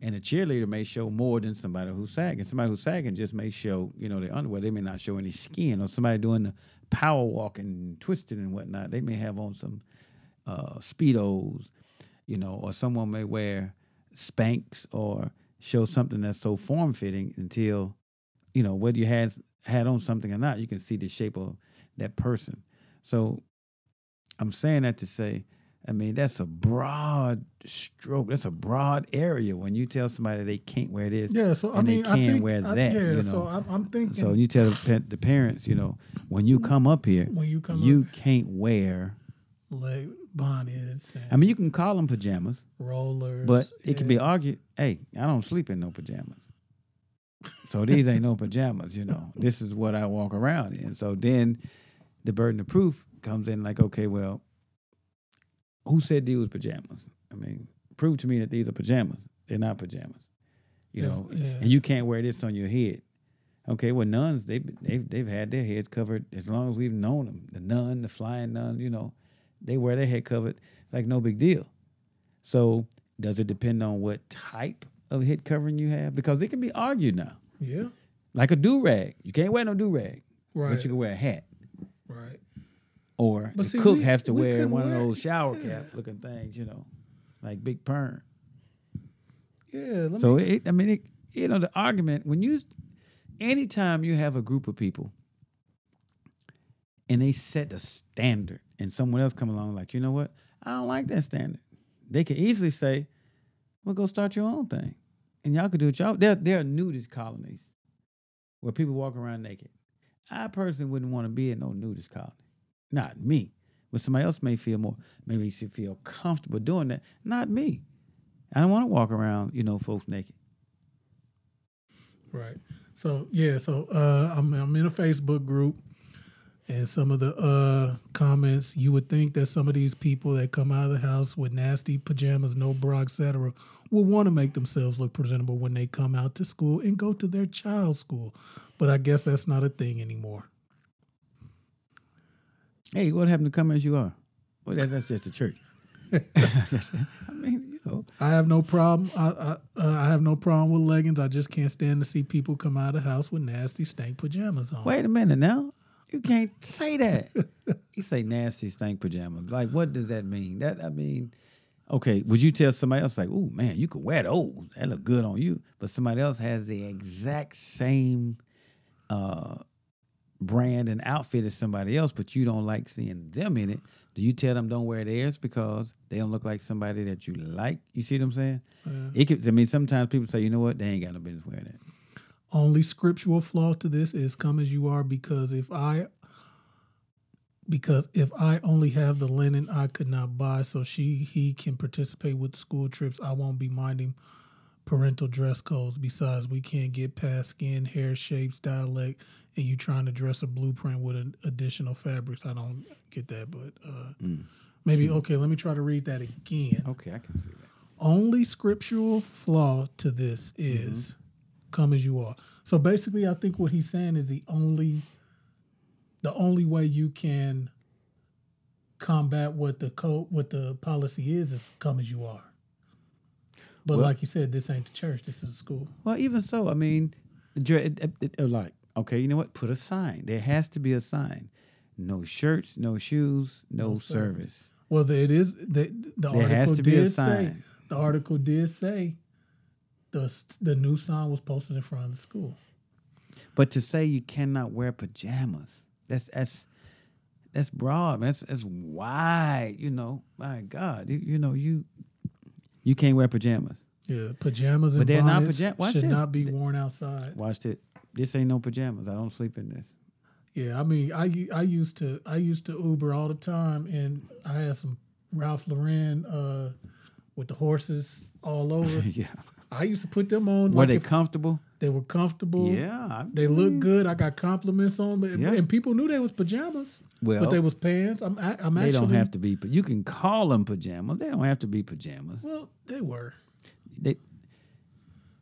Speaker 1: And a cheerleader may show more than somebody who's sagging. Somebody who's sagging just may show, you know, their underwear. They may not show any skin. Or somebody doing the power walk and twisting and whatnot. They may have on some uh, speedos, you know, or someone may wear Spanx or show something that's so form fitting until, you know, whether you had had on something or not, you can see the shape of that person. So I'm saying that to say, I mean, that's a broad stroke. That's a broad area when you tell somebody they can't wear this.
Speaker 3: Yeah, so I
Speaker 1: and
Speaker 3: mean,
Speaker 1: they can't
Speaker 3: I think
Speaker 1: wear
Speaker 3: I-
Speaker 1: that.
Speaker 3: yeah,
Speaker 1: you know?
Speaker 3: so I'm, I'm thinking.
Speaker 1: So you tell the, pa- the parents, you know, when you come up here,
Speaker 3: When you come
Speaker 1: you
Speaker 3: up-
Speaker 1: can't wear.
Speaker 3: like bonnets and
Speaker 1: I mean, you can call them pajamas,
Speaker 3: rollers,
Speaker 1: but it can be
Speaker 3: yeah.
Speaker 1: argued. Hey, I don't sleep in no pajamas. So these ain't no pajamas, you know. This is what I walk around in. So then, the burden of proof comes in. Like, okay, well, who said these was pajamas? I mean, prove to me that these are pajamas. They're not pajamas, you
Speaker 3: Yeah,
Speaker 1: know.
Speaker 3: yeah.
Speaker 1: And you can't wear this on your head. Okay, well, nuns they they've they've had their heads covered as long as we've known them. The nun, the flying nun, you know, they wear their head covered like no big deal. So does it depend on what type of head covering you have? Because it can be argued now.
Speaker 3: yeah,
Speaker 1: Like a do rag, you can't wear no do rag,
Speaker 3: Right.
Speaker 1: but you can wear a hat.
Speaker 3: right.
Speaker 1: Or
Speaker 3: But
Speaker 1: the
Speaker 3: see,
Speaker 1: cook
Speaker 3: we-
Speaker 1: have to
Speaker 3: we
Speaker 1: wear
Speaker 3: couldn't
Speaker 1: one
Speaker 3: wear-
Speaker 1: of those shower cap looking things, you know, like big perm.
Speaker 3: Yeah, let
Speaker 1: So
Speaker 3: me,
Speaker 1: it, I mean, it, you know, the argument when you, anytime you have a group of people, and they set a standard, and someone else come along like, you know what, I don't like that standard. They could easily say, well, go start your own thing. And y'all could do what y'all. There, there are nudist colonies where people walk around naked. I personally wouldn't want to be in no nudist colony. Not me. But somebody else may feel more, maybe you should feel comfortable doing that. Not me. I don't want to walk around, you know, folks naked.
Speaker 3: Right. So yeah. So uh, I'm I'm in a Facebook group, and some of the uh, comments you would think that some of these people that come out of the house with nasty pajamas, no bra, etc., will want to make themselves look presentable when they come out to school and go to their child's school. But I guess that's not a thing anymore.
Speaker 1: Hey, what happened to come as you are? Well, that, that's just the church. I mean, you know,
Speaker 3: I have no problem. I I, uh, I have no problem with leggings. I just can't stand to see people come out of the house with nasty stank pajamas on.
Speaker 1: Wait a minute now. You can't say that. you say nasty stank pajamas. Like, what does that mean? That I mean, okay. Would you tell somebody else like, "Oh man, you could wear those. That look good on you," but somebody else has the exact same uh, brand and outfit as somebody else, but you don't like seeing them in it. Do you tell them don't wear theirs because they don't look like somebody that you like? You see what I'm saying?
Speaker 3: Yeah.
Speaker 1: It could. I mean, sometimes people say, you know what, they ain't got no business wearing that.
Speaker 3: Only scriptural flaw to this is "Come as you are," because if I because if I only have the linen I could not buy, so she he can participate with school trips. I won't be minding parental dress codes. Besides, we can't get past skin, hair shapes, dialect, and you trying to dress a blueprint with an additional fabrics. I don't get that, but uh, maybe okay. Let me try to read that again.
Speaker 1: Okay, I can see that.
Speaker 3: Only scriptural flaw to this is
Speaker 1: Mm-hmm.
Speaker 3: "Come as you are." So basically, I think what he's saying is the only the only way you can combat what the code what the policy is is come as you are. But
Speaker 1: Well-
Speaker 3: like you said, this ain't the church. This is a school.
Speaker 1: Well, even so, I mean, dre- it- it- it- uh, like, okay, you know what? Put a sign. There has to be a sign. No shirts, no shoes, no, service.
Speaker 3: Well, there it is. The, the
Speaker 1: There
Speaker 3: article
Speaker 1: has to
Speaker 3: did
Speaker 1: be a
Speaker 3: say
Speaker 1: sign.
Speaker 3: the article did say the the new sign was posted in front of the school.
Speaker 1: But to say you cannot wear pajamas, that's that's that's broad, man. That's that's wide. You know, my God, you, you know you you can't wear pajamas.
Speaker 3: Yeah, pajamas and
Speaker 1: But they're not
Speaker 3: bonnets
Speaker 1: pajam- watch
Speaker 3: should
Speaker 1: this.
Speaker 3: not be worn outside.
Speaker 1: Watch it. This ain't no pajamas. I don't sleep in this.
Speaker 3: Yeah, I mean, I u- I used to I used to Uber all the time, and I had some Ralph Lauren uh, with the horses all over.
Speaker 1: yeah,
Speaker 3: I used to put them on.
Speaker 1: were
Speaker 3: like
Speaker 1: they
Speaker 3: if
Speaker 1: comfortable?
Speaker 3: they were comfortable.
Speaker 1: Yeah, I-
Speaker 3: they looked good. I got compliments on them,
Speaker 1: Yeah.
Speaker 3: and people knew they was pajamas.
Speaker 1: Well,
Speaker 3: but they was pants. I'm I, I'm
Speaker 1: they
Speaker 3: actually
Speaker 1: don't have to be. But you can call them pajamas. They don't have to be pajamas.
Speaker 3: Well, they were,
Speaker 1: They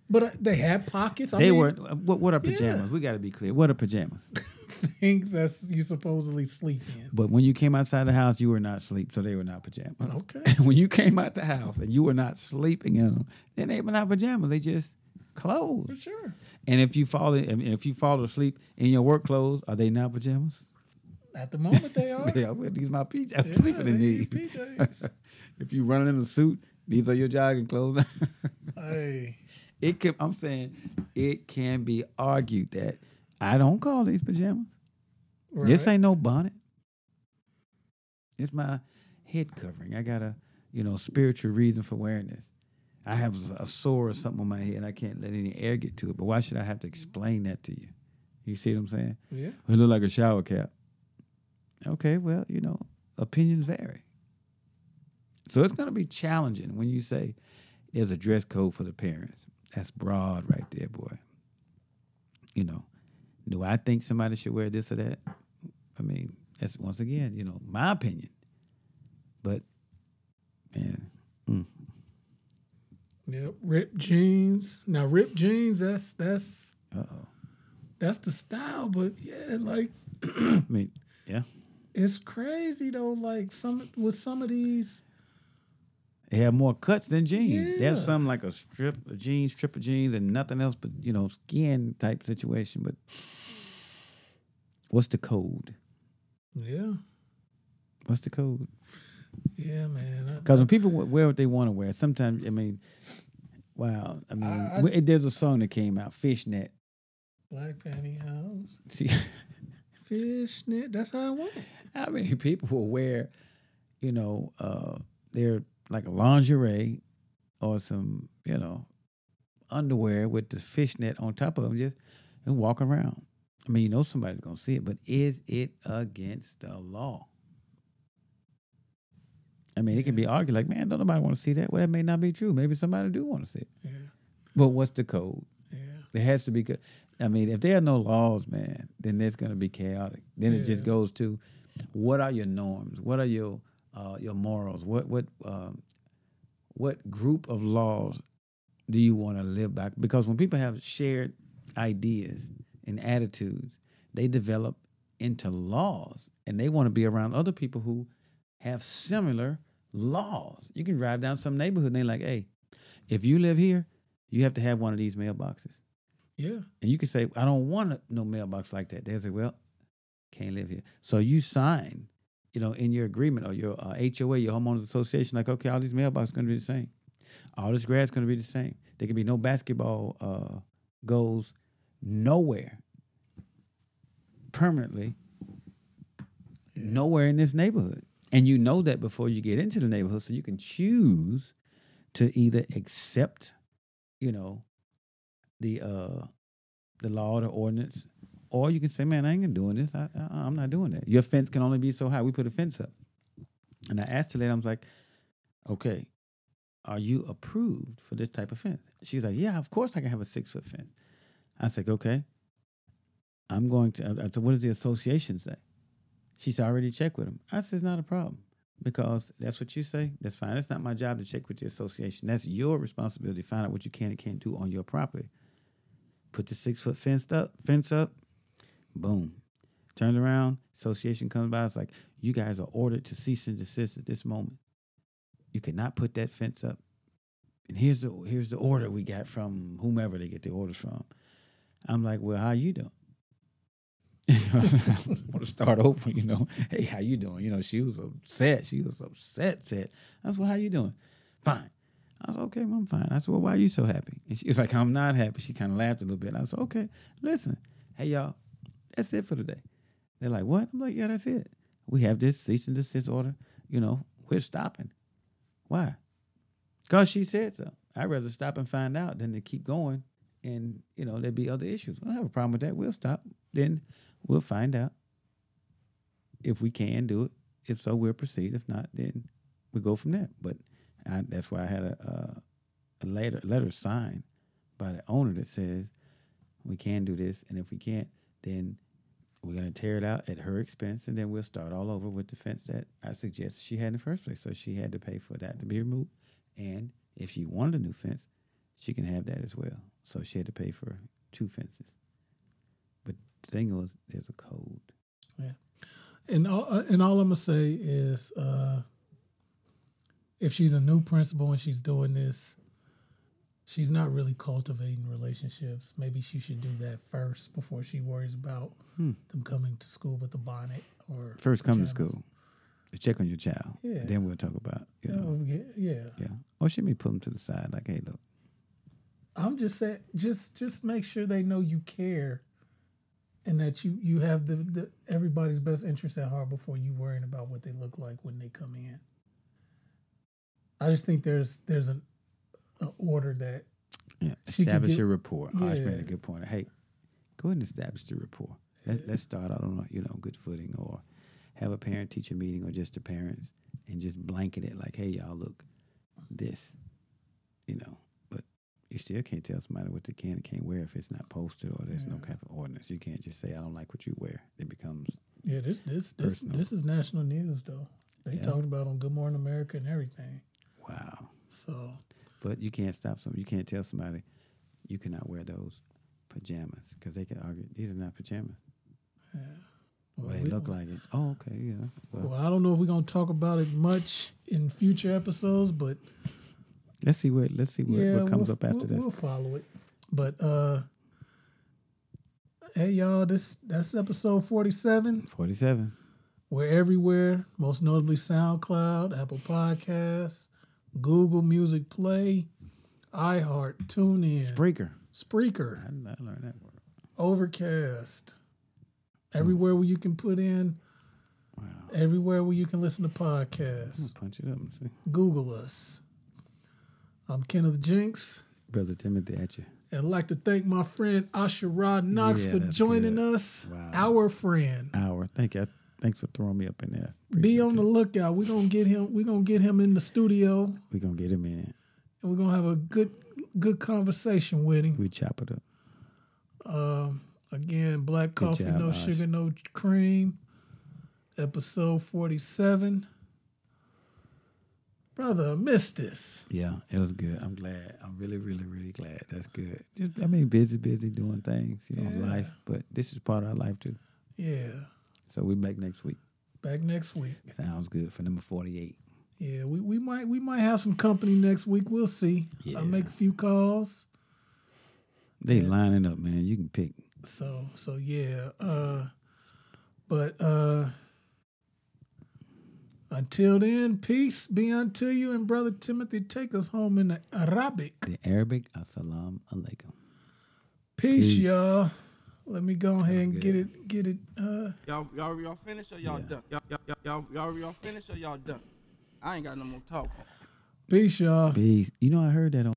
Speaker 3: but uh, they had pockets. I
Speaker 1: they
Speaker 3: mean,
Speaker 1: were uh, what? What are pajamas? We got to be clear. What are pajamas?
Speaker 3: things that you supposedly sleep in.
Speaker 1: But when you came outside the house, you were not asleep, so they were not pajamas.
Speaker 3: Okay.
Speaker 1: when you came out the house and you were not sleeping in them, then they were not pajamas. They just clothes. For
Speaker 3: sure.
Speaker 1: And if you fall in, and if you fall asleep in your work clothes, are they not pajamas?
Speaker 3: At the moment, they are.
Speaker 1: yeah, well, these my PJs. I'm
Speaker 3: Yeah,
Speaker 1: sleeping in
Speaker 3: they
Speaker 1: these.
Speaker 3: is PJs.
Speaker 1: if you running in a suit, these are your jogging clothes.
Speaker 3: Hey,
Speaker 1: it can. I'm saying it can be argued that I don't call these pajamas. This
Speaker 3: Right.
Speaker 1: ain't no bonnet. It's my head covering. I got a, you know, spiritual reason for wearing this. I have a sore or something on my head. I can't let any air get to it. But why should I have to explain that to you? You see what I'm saying?
Speaker 3: Yeah.
Speaker 1: It look like a shower cap. Okay, well, you know, opinions vary. So it's going to be challenging when you say there's a dress code for the parents. That's broad right there, boy. You know, do I think somebody should wear this or that? I mean, that's once again, you know, my opinion. But man, mm,
Speaker 3: Yep, ripped jeans. Now ripped jeans, that's that's
Speaker 1: Uh-oh.
Speaker 3: that's the style, but yeah, like
Speaker 1: I mean, yeah,
Speaker 3: it's crazy though. Like some with some of these,
Speaker 1: they have more cuts than jeans. They have
Speaker 3: Yeah.
Speaker 1: some like a strip of jeans, strip of jeans, and nothing else but you know skin type situation. But what's the code?
Speaker 3: yeah,
Speaker 1: What's the code?
Speaker 3: yeah, man. I-
Speaker 1: Because when people wa- wear what they want to wear, sometimes I mean, wow. I mean,
Speaker 3: I-
Speaker 1: w- there's a song that came out, Fishnet.
Speaker 3: black pantyhose,
Speaker 1: See,
Speaker 3: fishnet. That's how I went.
Speaker 1: I mean, people will wear, you know, uh, their like a lingerie or some, you know, underwear with the fishnet on top of them, just and walk around. I mean, you know somebody's gonna see it, but is it against the law? I mean, it can be argued like, man, don't nobody want to see that. Well, that may not be true. Maybe somebody do want to see it.
Speaker 3: Yeah.
Speaker 1: But what's the code? Yeah. There has to be. co- I mean, if there are no laws, man, then it's going to be chaotic. Then it just
Speaker 3: Yeah.
Speaker 1: goes to, what are your norms? What are your uh, your morals? What what um, what group of laws do you want to live by? Because when people have shared ideas and attitudes, they develop into laws, and they want to be around other people who have similar laws. You can drive down some neighborhood and they're like, hey, if you live here, you have to have one of these mailboxes.
Speaker 3: Yeah.
Speaker 1: And you can say, I don't want a- no mailbox like that. They'll say, well, can't live here. So you sign, you know, in your agreement or your uh, HOA, your homeowners association, like, okay, all these mailboxes going to be the same. All this grass going to be the same. There can be no basketball uh, goals nowhere permanently nowhere in this neighborhood. And you know that before you get into the neighborhood, so you can choose to either accept, you know, the uh the law or the ordinance, or you can say, "Man, I ain't gonna doing this. I, I I'm not doing that." Your fence can only be so high. We put a fence up, and I asked the lady, I was like, "Okay, are you approved for this type of fence?" She's like, "Yeah, of course I can have a six foot fence." I said, "Okay, I'm going to." I, I said, what does the association say? She said, I already checked with him. I said, it's not a problem because that's what you say. That's fine. It's not my job to check with the association. That's your responsibility. to Find out what you can and can't do on your property. Put the six foot fence up, fence up, boom. Turns around, association comes by. It's like, you guys are ordered to cease and desist at this moment. You cannot put that fence up. And here's the here's the order we got from whomever they get the orders from. I'm like, well, how you doing? want to start over, you know. Hey, how you doing? You know, she was upset. She was upset, said. I said, well, how you doing? Fine. I was okay, Mom, I'm fine. I said, well, why are you so happy? And she was like, I'm not happy. She kind of laughed a little bit. I said, okay, listen, hey, y'all, that's it for today. They're like, what? I'm like, yeah, that's it. We have this cease and desist order. You know, we're stopping. Why? Because she said so. I'd rather stop and find out than to keep going and, you know, there'd be other issues. I don't have a problem with that. We'll stop. Then we'll find out if we can do it. If so, we'll proceed. If not, then we go from there. But I, that's why I had a, a, a letter, letter signed by the owner that says, we can do this. And if we can't, then we're going to tear it out at her expense. And then we'll start all over with the fence that I suggested she had in the first place. So she had to pay for that to be removed. And if she wanted a new fence, she can have that as well. So she had to pay for two fences. But the thing was, there's a code.
Speaker 3: And all uh, and all I'm gonna say is, uh, if she's a new principal and she's doing this, she's not really cultivating relationships. Maybe she should do that first before she worries about
Speaker 1: Hmm.
Speaker 3: them coming to school with a bonnet or
Speaker 1: First, come to
Speaker 3: pajamas.
Speaker 1: school, to check on your child.
Speaker 3: Yeah.
Speaker 1: Then we'll talk about, you know.
Speaker 3: Oh, yeah, yeah.
Speaker 1: Yeah. Or she may put them to the side, like, hey, look,
Speaker 3: I'm just saying, just just make sure they know you care, and that you you have the, the everybody's best interest at heart before you worrying about what they look like when they come in. I just think there's there's an, an order that
Speaker 1: yeah,
Speaker 3: She could
Speaker 1: establish
Speaker 3: get-
Speaker 1: your rapport. Osh made
Speaker 3: Yeah.
Speaker 1: a good point. Hey, go ahead and establish the rapport. Let's, let's start out on a you know good footing, or have a parent teacher meeting, or just the parents, and just blanket it like, hey, y'all, look, this, you know. But you still can't tell somebody what they can and can't wear if it's not posted or there's no kind of ordinance. You can't just say, I don't like what you wear. It becomes
Speaker 3: yeah this this this
Speaker 1: Personal.
Speaker 3: this is national news though. They
Speaker 1: Yeah.
Speaker 3: talked about on Good Morning America and everything.
Speaker 1: wow.
Speaker 3: So
Speaker 1: But you can't stop some. You can't tell somebody you cannot wear those pajamas because they can argue these are not pajamas.
Speaker 3: Yeah.
Speaker 1: Well,
Speaker 3: Well,
Speaker 1: they
Speaker 3: we-
Speaker 1: look like it. Oh, okay, yeah. Well,
Speaker 3: well, I don't know if we're gonna talk about it much in future episodes, but
Speaker 1: let's see what let's see what, what comes
Speaker 3: we'll,
Speaker 1: up after
Speaker 3: we'll,
Speaker 1: this.
Speaker 3: We'll follow it. But uh hey y'all, this that's episode 47.
Speaker 1: Forty-seven.
Speaker 3: We're everywhere, most notably SoundCloud, Apple Podcasts, Google Music Play, iHeart, TuneIn,
Speaker 1: Spreaker.
Speaker 3: Spreaker,
Speaker 1: I, did not learn that word.
Speaker 3: Overcast. Everywhere where you can put in everywhere where you can listen to podcasts.
Speaker 1: Punch it up and see.
Speaker 3: Google us. I'm Kenneth Jinks.
Speaker 1: Brother Timothy at you.
Speaker 3: And I'd like to thank my friend Asherad Knox
Speaker 1: Yeah,
Speaker 3: for
Speaker 1: that's
Speaker 3: joining
Speaker 1: good.
Speaker 3: us.
Speaker 1: Wow.
Speaker 3: Our friend.
Speaker 1: Hour. Thank you. Thanks for throwing me up in there.
Speaker 3: Be on the lookout. We're gonna get him we're gonna get him in the studio
Speaker 1: We're gonna get him in.
Speaker 3: and we're gonna have a good good conversation with him.
Speaker 1: We chop it up.
Speaker 3: Um, again, black
Speaker 1: Good
Speaker 3: coffee,
Speaker 1: job,
Speaker 3: no
Speaker 1: Osh.
Speaker 3: sugar, no cream. Episode forty-seven. Brother, I missed this.
Speaker 1: Yeah, it was good. I'm glad. I'm really, really, really glad. That's good. Just, I mean, busy, busy doing things, you know,
Speaker 3: Yeah.
Speaker 1: life. But this is part of our life too.
Speaker 3: Yeah,
Speaker 1: So we back next week.
Speaker 3: back next week.
Speaker 1: Sounds good for number 48.
Speaker 3: Yeah, we, we might we might have some company next week. We'll see. I'll make a few calls.
Speaker 1: They lining up, man. You can pick.
Speaker 3: So so yeah. Uh, but uh, until then, peace be unto you. And brother Timothy, take us home in the Arabic.
Speaker 1: The Arabic, Assalamu alaikum.
Speaker 3: Peace,
Speaker 1: Peace.
Speaker 3: y'all. Let me go ahead and get it get it uh
Speaker 16: Y'all, y'all, y'all finished or y'all done? Y'all, y'all, y'all, y'all, y'all finished or y'all done? I ain't got no more talk.
Speaker 3: Peace, y'all.
Speaker 1: Peace. You know, I heard that on.